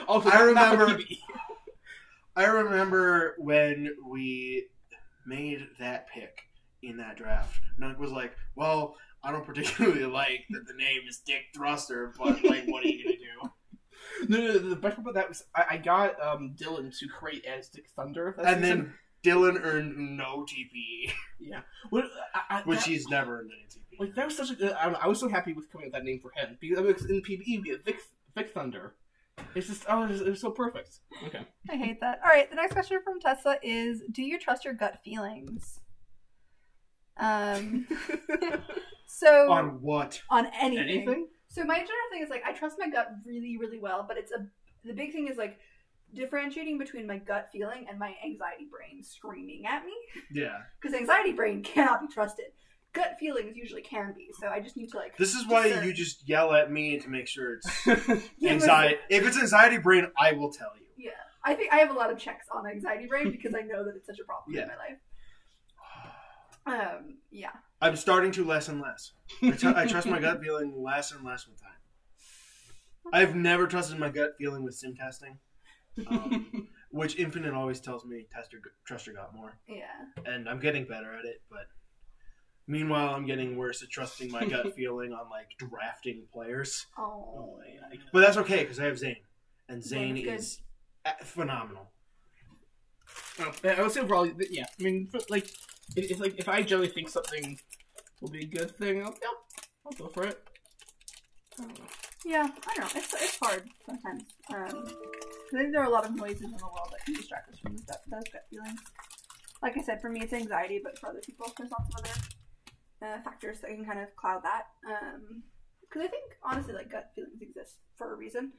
C: also,
B: I
C: not- not for
B: remember-
C: PB.
B: I remember when we made that pick in that draft. Nunk was like, "Well, I don't particularly like that the name is Dick Thruster, but like, what are you gonna do?"
C: No, no, no, the best part about that was I, I got um, Dylan to create as Dick Thunder, that
B: And
C: season.
B: then Dylan earned no TPE,
C: What- I, I,
B: which
C: that-
B: he's never earned any E. TPE.
C: like that was such a good. I, don't know, I was so happy with coming up with that name for him because I mean, 'cause in E, PBE we have Vic, Vic Thunder. It's just oh, it was, it was so perfect. Okay,
D: I hate that. All right, the next question from Tessa is Do you trust your gut feelings? Um, so, on,
B: on what?
D: anything.
C: anything?
D: So, my general thing is like, I trust my gut really, really well, but it's a the big thing is like differentiating between my gut feeling and my anxiety brain screaming at me
B: Yeah.
D: because anxiety brain cannot be trusted. Gut feelings usually can be, so I just need to like.
B: This is why
D: discern.
B: you just yell at me to make sure it's
D: Yeah, but-
B: anxiety. If it's anxiety brain, I will tell you.
D: Yeah, I think I have a lot of checks on anxiety brain because I know that it's such a problem
B: Yeah.
D: in my life. Um, yeah.
B: I'm starting to less and less. I, tr- I trust my gut feeling less and less with time. I've never trusted my gut feeling with sim testing, um, which Infinite always tells me test your, gu- trust your gut more,
D: Yeah.
B: and I'm getting better at it. But meanwhile, I'm getting worse at trusting my gut feeling on like drafting players.
D: Oh.
B: But that's okay because I have Zane, and Zane
D: Zane's good.
B: is uh, phenomenal.
C: Oh, yeah, I would say overall, th- yeah. I mean, for, like, it, it's like if I generally think something will be a good thing, I'll, yeah, I'll go for it. I don't know.
D: Yeah. I don't know. It's, it's hard sometimes. Um, I think there are a lot of noises in the world that can distract us from those gut, those gut feelings. Like I said, for me it's anxiety, but for other people, there's lots of other uh, factors that can kind of cloud that. Um, because I think honestly, like gut feelings exist for a reason,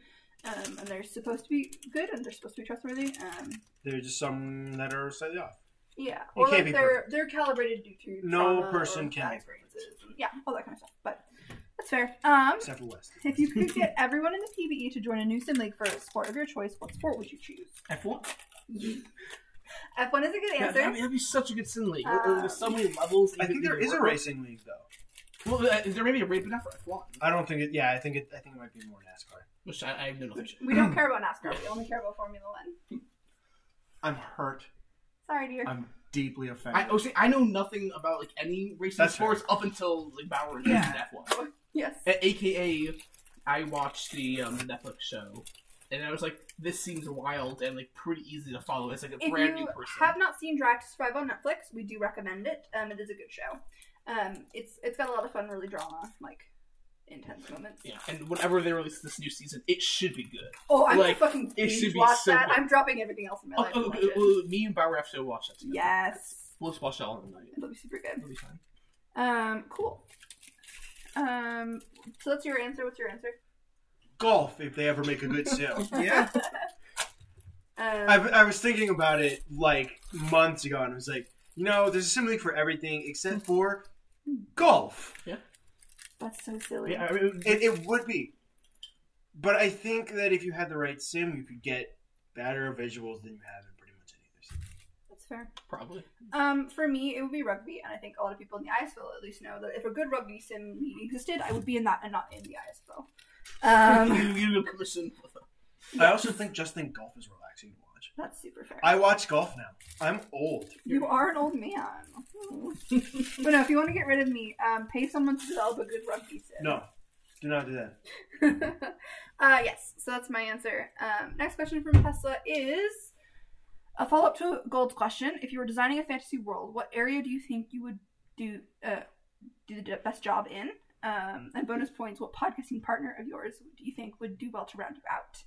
D: um, and they're supposed to be good and they're supposed to be trustworthy. Um,
B: There's just some that are slightly off.
D: Yeah,
B: It
D: or
B: can't
D: like
B: be
D: they're they're calibrated due to
B: No
D: trauma
B: person
D: or
B: can
D: bad
B: be
D: experiences. Yeah, all that kind of stuff. But that's fair. Um,
B: Except for West.
D: if you could get everyone in the PBE to join a new sim league for a sport of your choice, what sport would you choose?
C: F one.
D: F one is a good
C: Yeah, that'd,
D: answer.
C: be, that'd be such a good sin league. There- There's so many levels.
B: Uh, I
C: you
B: think
C: could-
B: there
C: you
B: is a
C: could work
B: racing league though.
C: with. Well, uh, there may be a rape, but not for F one,
B: I don't think it. Yeah, I think it. I think it might be more NASCAR.
C: which I, I have no knowledge.
D: We don't care about NASCAR. We only care about Formula One.
B: I'm hurt.
D: Sorry, dear.
B: I'm deeply
C: I
B: offended.
C: oh, see, I know nothing about like any racing
B: That's
C: sports up until like Bauer and
D: Yeah.
C: F one.
D: yes.
C: A- AKA, I watched the um, the Netflix show, and I was like, this seems wild and like pretty easy to follow. It's like a
D: If
C: brand
D: you
C: new person.
D: have not seen Drive to Survive on Netflix, we do recommend it. Um, it is a good show. Um, it's it's got a lot of fun, really drama, like intense moments.
C: Yeah, and whenever they release this new season, it should be good.
D: Oh, I'm
C: Like,
D: gonna fucking
C: it should
D: binge
C: be
D: watch
C: so
D: that.
C: good.
D: I'm dropping everything else in my
C: Oh,
D: life.
C: oh,
D: to watch
C: oh,
D: it.
C: oh, me and Bauer have to watch that together.
D: yes,
C: we'll just watch that all in the night.
D: it'll be super good.
C: It'll be fine.
D: Um, cool. Um, so that's your answer. What's your answer?
B: Golf, if they ever make a good sale.
F: Yeah.
D: Um,
B: I, I was thinking about it like months ago, and I was like, you know, there's a sim league for everything except for golf.
D: that's so silly.
C: Yeah, I mean,
B: It, it would be, but I think that if you had the right sim, you could get better visuals than you have in pretty much any other sim.
D: That's fair.
C: probably.
D: Um, for me, it would be rugby, and I think a lot of people in the ISFL at least know that if a good rugby sim league existed, I would be in that and not in the ISFL. Um,
C: you you commission.
B: I also think just think golf is relaxing to watch.
D: that's super fair.
B: I watch golf now. I'm old.
D: You are an old man. Oh. but no, if you want to get rid of me, um, pay someone to develop a good rugby sim.
B: No, do not do that.
D: uh, yes, so that's my answer. Um, next question from Tesla is a follow up to Gold's question. If you were designing a fantasy world, what area do you think you would do uh, do the best job in? Um, and bonus points, what podcasting partner of yours do you think would do well to round you out?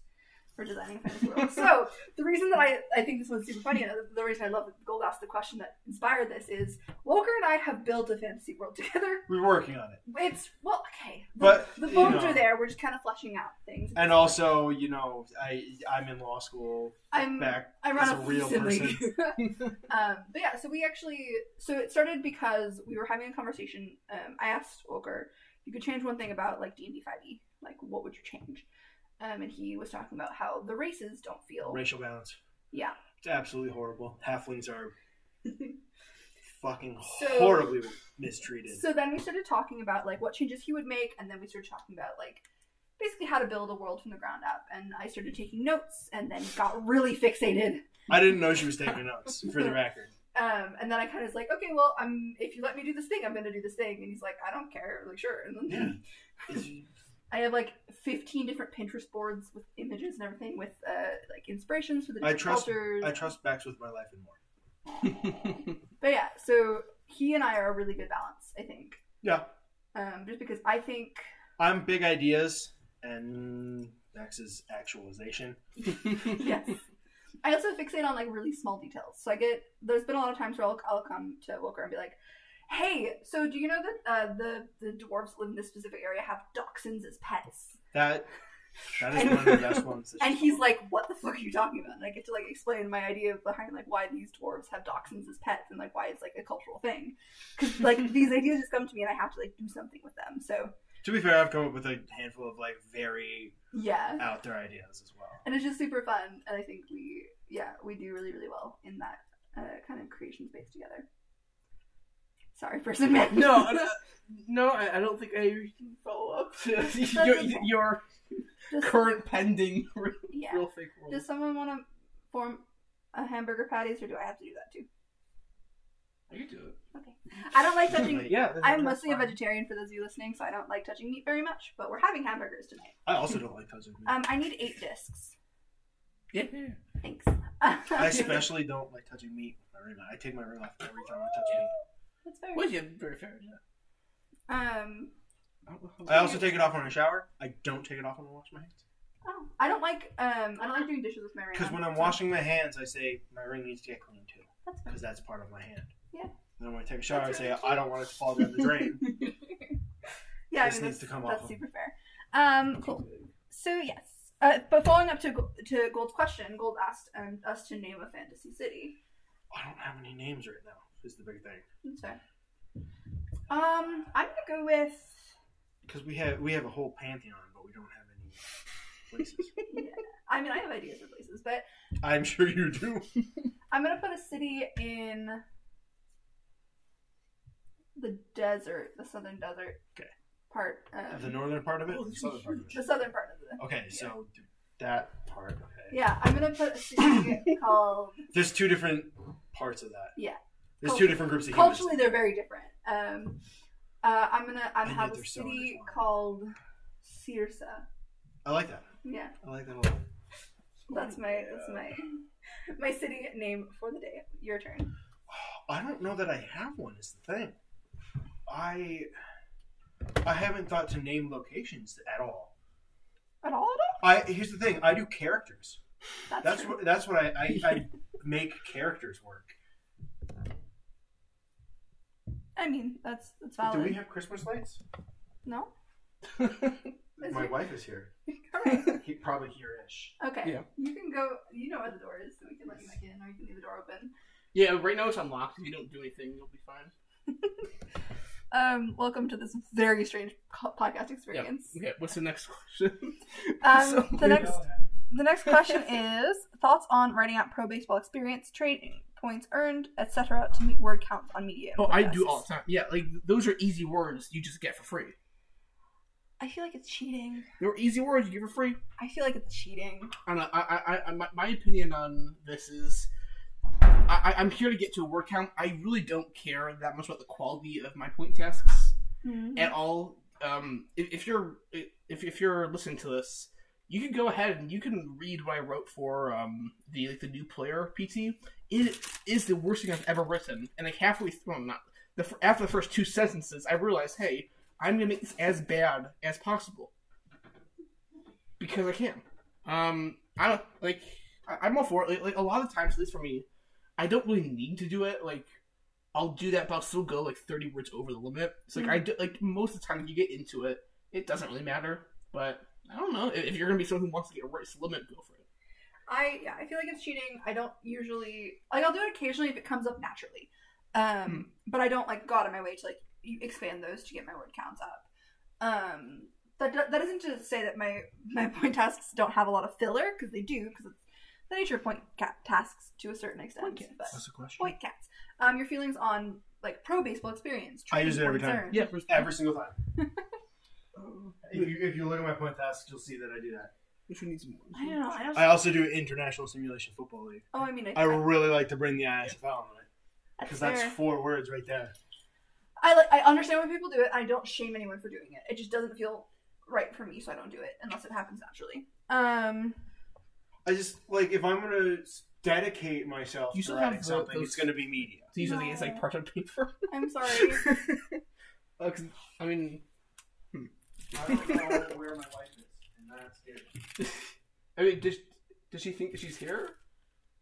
D: for designing a fantasy world. so the reason that I, I think this one's super funny, and the reason I love that Gold asked the question that inspired this is Walker and I have built a fantasy world together.
B: We're working on it.
D: It's well, okay. The,
B: But,
D: the
B: you
D: bones
B: know.
D: are there. We're just kind of fleshing out things.
B: And also, you know, I I'm in law school
D: I'm
B: back
D: I run
B: as
D: a
B: a real
D: sibling.
B: person.
D: um, but yeah, so we actually so it started because we were having a conversation. Um, I asked Walker if you could change one thing about like D and D five E, like what would you change? Um, and he was talking about how the races don't feel
B: racial balance.
D: yeah
B: It's absolutely horrible. Halflings are fucking
D: So-
B: horribly mistreated.
D: So then we started talking about like what changes he would make, and then we started talking about like basically how to build a world from the ground up. And I started taking notes, and then got really fixated.
B: I didn't know she was taking notes for the record.
D: Um, and then I kind of was like, okay, well, I'm if you let me do this thing, I'm gonna do this thing. And he's like, I don't care, I'm like sure. And then I have like 15 different Pinterest boards with images and everything with uh, like inspirations for the
B: I
D: different
B: trust-
D: cultures.
B: I trust Bex with my life and more.
D: But yeah, so he and I are a really good balance, I think.
B: Yeah.
D: Um, just because I think
B: I'm big ideas and Bex is actualization.
D: yes. I also fixate on like really small details. So I get there's been a lot of times where I'll, I'll come to Wilker and be like, "Hey, so do you know that uh, the the dwarves that live in this specific area have dachshunds as pets?"
B: That that is one of the best ones. that
D: And
B: she's
D: he's
B: on.
D: like, "What the fuck are you talking about?" And I get to like explain my idea behind like why these dwarves have dachshunds as pets and like why it's like a cultural thing. Because like these ideas just come to me and I have to like do something with them. So
B: To be fair, I've come up with a handful of like very
D: yeah,
B: out there ideas as well.
D: and it's just super fun. And I think we yeah we do really really well in that uh, kind of creation space together. Sorry, person man.
C: No, I- no, I, I don't think I can follow up to your,
D: okay.
C: your
D: Just-
C: current pending real,
D: yeah.
C: real fake world.
D: Does someone want to form a hamburger patties, or do I have to do that too?
C: you do it.
D: I don't like
B: Like,
D: touching.
B: yeah,
D: I'm mostly a
B: fine.
D: vegetarian for those of you listening, so I don't like touching meat very much. But we're having hamburgers tonight.
B: I also don't like touching meat.
D: Um, I need eight discs.
C: Yeah, yeah.
D: Thanks.
B: I especially don't like touching meat with my ring on. I take my ring off every time I touch meat.
D: That's fair.
C: Well, yeah, very fair. Yeah.
D: Um,
C: I don't know how-
B: I also take it off when I shower. I don't take it off when I wash my hands.
D: oh, I don't like um, I don't like doing dishes with my ring.
B: Because
D: on.
B: when I'm washing my hands, I say my ring needs to get clean too,
D: that's fair.
B: because that's part of my hand.
D: Yeah.
B: And then when I take a shower, I
D: That's
B: say
D: really
B: I don't want it to fall down the drain.
D: Yeah,
B: This
D: I
B: needs
D: mean, that's,
B: to come
D: that's
B: off of-
D: super fair. Um, cool. So yes, uh, but following up to Go- to Gold's question, Gold asked um, us to name a fantasy city.
B: I don't have any names right now. Is the big thing.
D: That's fair. Um, I'm gonna go with
B: Because we have we have a whole pantheon, but we don't have any places.
D: I mean, I have ideas for places, but
B: I'm sure you do.
D: I'm gonna put a city in the desert, the southern desert
B: Okay.
D: part,
B: The
D: um,
B: northern part of it,
C: Oh,
B: the southern part of
D: the
B: it.
D: southern part of the.
B: Okay, so that part. Okay.
D: Yeah, I'm gonna put a city called.
B: There's two different parts of that.
D: Yeah.
B: There's
D: Cult-
B: two different groups of humans.
D: Culturally, they're very different. Um, uh, I'm gonna I'm
B: And
D: have
B: yet
D: a
B: they're so
D: city
B: intertwined.
D: called Cirsa.
B: I like that.
D: Yeah,
B: I like that a lot.
D: that's my that's my my city name for the day. Your turn.
B: I don't know that I have one. Is the thing. I I haven't thought to name locations at all.
D: At all? At all?
B: I here's the thing. I do characters.
D: That's,
B: That's
D: true.
B: what that's what I I, I make characters work.
D: I mean, that's that's valid.
B: Do we have Christmas lights?
D: no. Is
B: My
D: it-
B: wife is here.
D: All right.
B: He, probably here-ish.
D: Okay.
C: Yeah.
D: You can go. You know where the door is, so we can let you back in, or you can leave the door open.
C: Yeah, right now it's unlocked. If you don't do anything, you'll be fine.
D: Um, welcome to this very strange co- podcast experience.
C: Okay, what's the next question?
D: Um,
C: So
D: the
C: weird.
D: next, the next question is thoughts on writing out pro baseball experience, training points earned, etc., to meet word counts on media. and
C: Oh, I do
D: podcasts.
C: all the time. Yeah, like those are easy words you just get for free.
D: I feel like it's cheating.
C: They're easy words you get for free.
D: I feel like it's cheating.
C: And I, I, I, I my, my opinion on this is, I, I- I'm here to get to a word count. I really don't care that much about the quality of my point tasks.
D: Mm-hmm.
C: at all, um, if, if you're if, if you're listening to this, you can go ahead and you can read what I wrote for um, the like the new player PT. It is the worst thing I've ever written, and like halfway through, well, not the fir- after the first two sentences, I realized, hey, I'm gonna make this as bad as possible because I can. Um, I don't like. I- I'm all for it. Like, like, a lot of times, at least for me, I don't really need to do it. Like I'll do that, but I'll still go like 30 words over the limit. It's like I
D: Mm.
C: do, like most of the time if you get into it, it doesn't really matter. But I don't know if if you're gonna be someone who wants to get right to the limit, go for it.
D: I yeah, I feel like it's cheating. I don't usually like I'll do it occasionally if it comes up naturally, um,
C: Hmm.
D: but I don't like go out of my way to like y- expand those to get my word counts up. Um, that do- that isn't to say that my my point tasks don't have a lot of filler because they do because it's the nature of point ca- tasks to a certain extent.
C: Point cats.
D: but-
B: That's the question.
D: point cats. Um, your feelings on like pro baseball experience.
B: I use it
D: training,
B: every time.
D: concern.
C: Yeah,
B: Every single time. if, you, if you look at my point tasks, you'll see that I do that.
C: Which one needs more?
D: I don't know. I don't.
B: I also do International Simulation Football League.
D: oh, I mean, I,
B: I really like to bring the ISFL on it because that's
D: fair.
B: four words right there.
D: I like I understand when people do it. I don't shame anyone for doing it. It just doesn't feel right for me, so I don't do it unless it happens naturally. Um,
B: I just like if I'm gonna s- dedicate myself
C: You
B: to
C: still
B: writing
C: have the-
B: something,
C: those-
B: it's gonna be media.
C: So usually it's like part on paper.
D: I'm sorry.
C: Uh, 'cause, I mean,
B: I don't know where my wife is, and that's it.
C: I mean, does does she think she's here?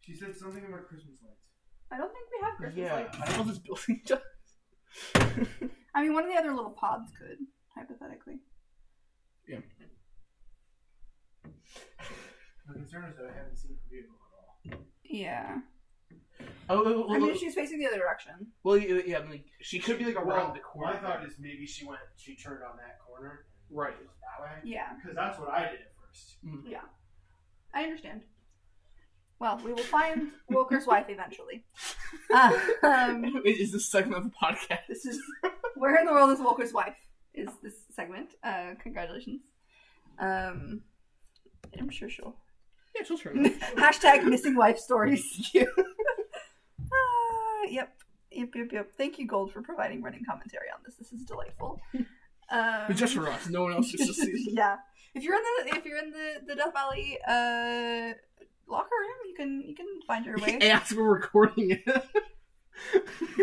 B: She said something about Christmas lights.
D: I don't think we have Christmas lights.
C: I don't know if this building does.
D: I mean, one of the other little pods could hypothetically.
B: My concern is that I haven't seen her vehicle at all.
D: Yeah.
C: Oh, well,
D: I
C: well,
D: mean, if she's facing the other direction.
C: well, yeah, yeah, I mean, she could be like around the corner.
B: My thought is maybe she went, she turned on that corner, and
C: Right.
B: went that way,
D: Yeah.
B: because that's what I did at first.
D: I understand. Well, we will find Woker's wife eventually. Uh, um,
C: It is the segment of the podcast.
D: this is where in the world is Woker's wife? Is this segment? Uh, congratulations. Um, I'm sure she'll
C: Yeah, she'll turn.
D: Hashtag missing wife stories. uh, yep. Yep, yep, yep. Thank you, Gold, for providing running commentary on this. This is delightful. Um,
C: But just for us, no one else gets to see it.
D: yeah. If you're in the if you're in the, the Death Valley uh, locker room, you can you can find your way.
C: As we're recording it.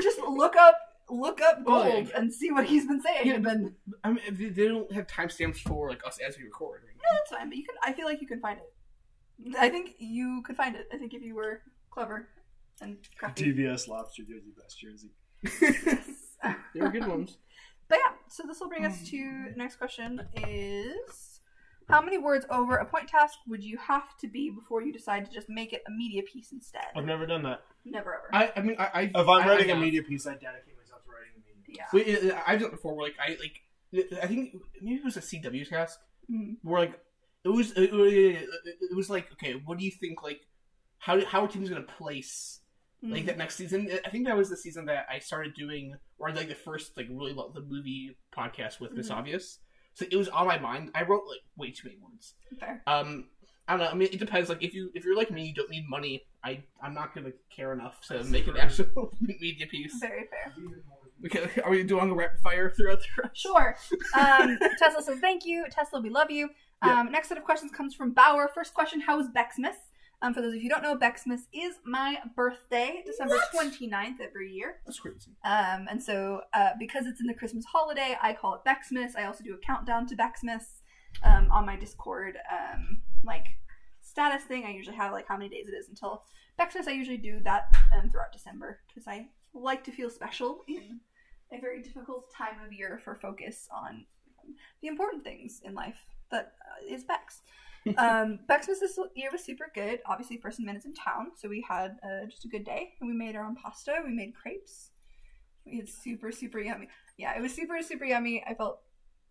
D: just look up look up
C: Oh,
D: Gold
C: yeah.
D: and see what he's been saying.
C: Yeah,
D: but no,
C: I mean, they- they don't have timestamps for like us as we record.
D: that's fine. But you can. I feel like you can find it. I think you could find it. I think if you were clever and crafty.
B: TBS Lobster Jersey, best jersey.
C: They were good ones.
D: But yeah, so this will bring us to next question is how many words over a point task would you have to be before you decide to just make it a media piece instead?
B: I've never done that.
D: Never ever.
C: I, I mean, I, I've,
B: If I'm
C: I-
B: writing
C: I,
B: a media piece, I dedicate myself to writing the media.
D: yeah.
C: Wait, yeah, yeah, I've done it before. Where like I like, I think maybe it was a CW task.
D: Mhm.
C: Where like it was, it, it, it was like, okay, what do you think? Like, how how are teams gonna place
D: mm,
C: like that next season? I think that was the season that I started doing, or like the first like really loved the movie podcast with Miss
D: Mhm.
C: Obvious. So it was on my mind. I wrote like way too many words.
D: Fair.
C: Um, I don't know. I mean, it depends. Like, if you if you're like me, you don't need money. I I'm not gonna care enough to make an actual media piece.
D: Very fair.
C: Okay, are we doing a rapid fire throughout the rest?
D: Sure. Um, Tesla says thank you. Tesla, we love you. Um, Next set of questions comes from Bauer. First question How is Bexmas? Um, for those of you who don't know, Bexmas is my birthday, December twenty 29th every year.
C: That's crazy.
D: Um, and so, uh, because it's in the Christmas holiday, I call it Bexmas. I also do a countdown to Bexmas um, on my Discord, um, like status thing. I usually have like how many days it is until Bexmas. I usually do that um, throughout December because I like to feel special in a very difficult time of year for focus on the important things in life that uh, is Bex. um, Bexmas this year was super good. Obviously, first and minutes in town, so we had uh, just a good day. We made our own pasta. We made crepes. It's super, super yummy. Yeah, it was super, super yummy. I felt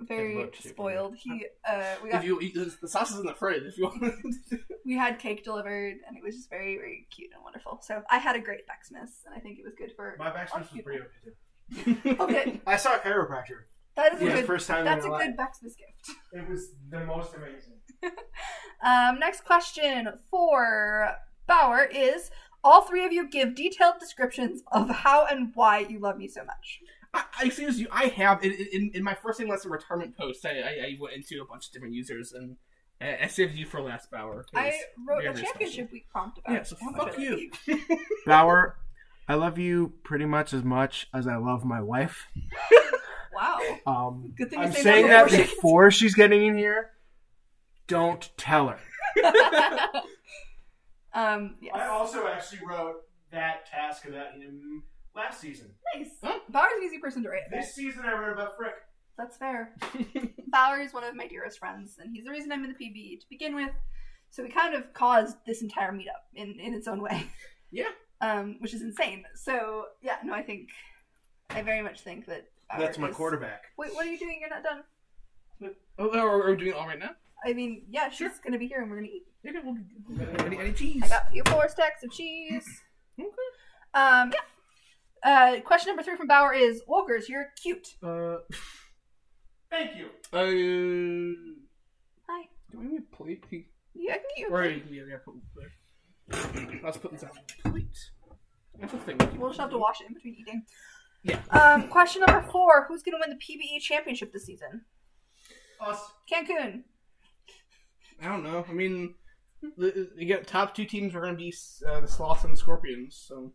G: It
D: very
G: looked super
D: spoiled. He, uh, we got
C: If you eat, the sauce is in the fridge, if you want.
D: we had cake delivered, and it was just very, very cute and wonderful. So I had a great Bexmas, and I think it was good for.
B: My back was pretty okay too.
D: Okay,
B: I saw a chiropractor
D: that is
B: for
D: a
B: the
D: good.
B: first time
D: That's a
B: in my life.
D: good Bexmas gift.
B: It was the most amazing.
D: Um, next question for Bauer is: All three of you give detailed descriptions of how and why you love me so much.
C: I, I excuse you. I have in, in, in my first thing lesson retirement post. I, I I went into a bunch of different users and I, I saved you for last hour. 'cause-
D: I wrote
C: very
D: a championship
C: special.
D: week prompt about.
C: yeah, so
D: how much
C: fuck
D: I love
C: you.
B: Bauer, I love you pretty much as much as I love my wife.
D: Wow.
B: Um,
D: Good thing you
B: I'm
D: say
B: saying that
D: that before she-
B: before she's getting in here. Don't tell her.
D: um, yes.
B: I also actually wrote that task about him last season.
D: Nice.
C: Huh?
D: Bauer's an easy person to write about.
B: This season I wrote about Frick.
D: That's fair. Bauer is one of my dearest friends, and he's the reason I'm in the PBE to begin with. So we kind of caused this entire meetup in, in its own way.
C: Yeah.
D: Um, which is insane. So yeah, no, I think I very much think that Bauer
B: That's my
D: is-
B: quarterback.
D: Wait, what are you doing? You're not done.
C: Oh, are, are we doing it all right now?
D: I mean, yeah, she's gonna be here and we're gonna eat.
C: Okay, we'll, any, any cheese?
D: I got you four stacks of cheese.
C: Okay.
D: Um, yeah. Uh, question number three from Bauer is Walkers, you're cute.
C: Uh,
B: Thank you.
C: uh, do
D: Hi.
C: we need a plate?
D: Yeah, I can get you. a
C: Or
D: plate.
C: yeah, yeah, put there. Let's put this on a plate. That's a thing.
D: We'll just have to wash it in between eating.
C: Yeah.
D: Um, question number four: Who's going to win the PBE championship this season?
B: Us.
D: Cancun.
C: I don't know. I mean, the, you get top two teams are going to be uh, the Sloths and the Scorpions. So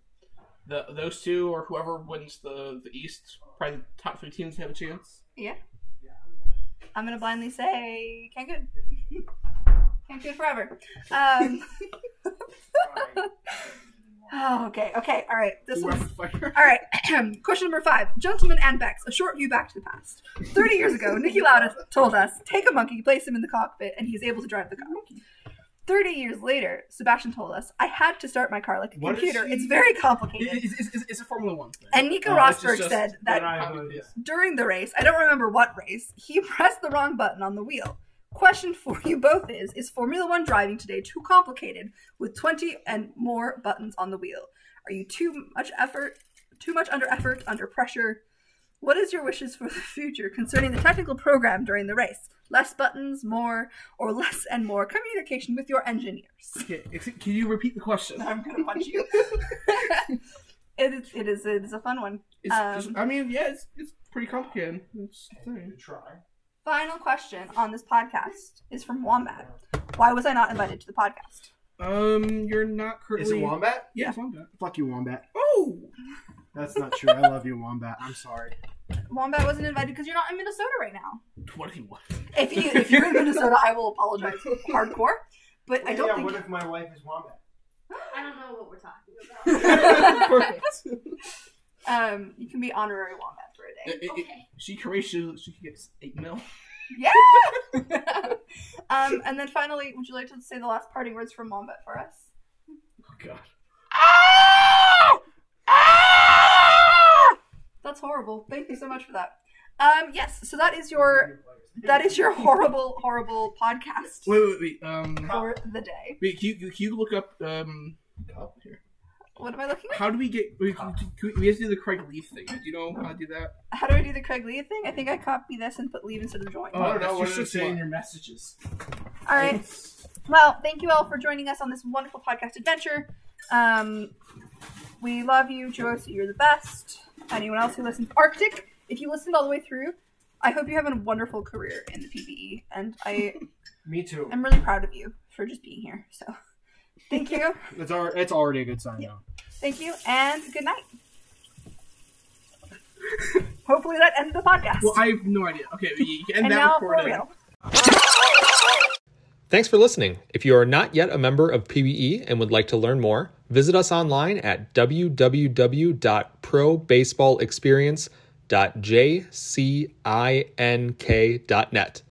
C: the, those two, or whoever wins the the East, probably the top three teams have a chance.
D: I'm going to blindly say Cancun. Cancun forever. Um, oh, okay, okay, all right. This one's
C: Rapid fire.
D: All right. Question number five. Gentlemen and Bex, a short view back to the past. 30 years ago, Nicky Lauda told us, take a monkey, place him in the cockpit, and he's able to drive the car. 30 years later, Sebastian told us, I had to start my car like a
B: What is
D: computer.
B: he-
D: It's very
C: It-
D: complicated.
C: it's, it's, it's- it's a Formula One thing.
D: And Nico
C: Uh, it's
D: Rosberg
C: just-
D: said that
B: I
C: Copy
B: was-
C: paste.
D: during the race, I don't remember what race, he pressed the wrong button on the wheel. Question for you both is Is Formula One driving today too complicated with 20 and more buttons on the wheel? Are you too much effort, too much under effort, under pressure? What is your wishes for the future concerning the technical program during the race? Less buttons, more, or less and more communication with your engineers?
C: Okay, ex- can you repeat the question?
D: I'm gonna punch you. it, is, it is it is a fun one.
C: It's, it's-
D: Um,
C: I mean, yeah, it's, it's pretty complicated. It's the thing.
B: Good try.
D: Final question on this podcast is from Wombat. Why was I not invited to the podcast?
C: Um, you're not
B: Is
C: currently.
B: it Wombat?
C: Yeah, it's Wombat.
H: Fuck you, Wombat.
C: Oh,
H: That's not true. I love you, Wombat. I'm sorry.
D: Wombat wasn't invited because you're not in Minnesota right now.
C: 21.
D: If you if you're in Minnesota, I will apologize hardcore. But I don't
B: yeah,
D: think.
B: what if my wife is Wombat?
I: I don't know what we're talking about.
C: Perfect.
D: um, you can be honorary Wombat for a day.
C: It- it- it- she courageous. She gets eight mil. Oh,
D: Yeah. um, and then finally, would you like to say the last parting words from Wombat for us?
C: Oh God.
D: That's horrible. Thank you so much for that. Um, yes. So that is your that is your horrible horrible podcast
C: Wait, wait, wait. Um,
D: for the day.
C: wait. Can you, can you look up um? up here.
D: What am I looking at?
C: How do we get? We, can- can we, we have to do the Craig Leaf thing. Do you know how to do that?
D: How do I do the Craig Lee thing? I think I copy this and put leave instead of join.
C: Oh,
B: I don't
C: that's
B: know what
C: just
B: to
C: so
B: say in
C: smart.
B: your messages.
D: all right. Well, thank you all for joining us on this wonderful podcast adventure. Um, we love you, Joyce. You're the best. Anyone else who listens, Arctic, if you listened all the way through, I hope you have a wonderful career in the PBE, and I
B: Me too.
D: am really proud of you for just being here. So, thank you,
H: It's, al- it's already a good sign,
D: Yeah.
H: though.
D: thank you, and good night. Hopefully that ended the podcast.
C: Well, I have no idea. Okay, you can end
D: and
C: that
D: now for
C: recording.
D: real.
A: Thanks for listening. If you are not yet a member of PBE and would like to learn more, visit us online at www.probaseballexperience.jcink.net.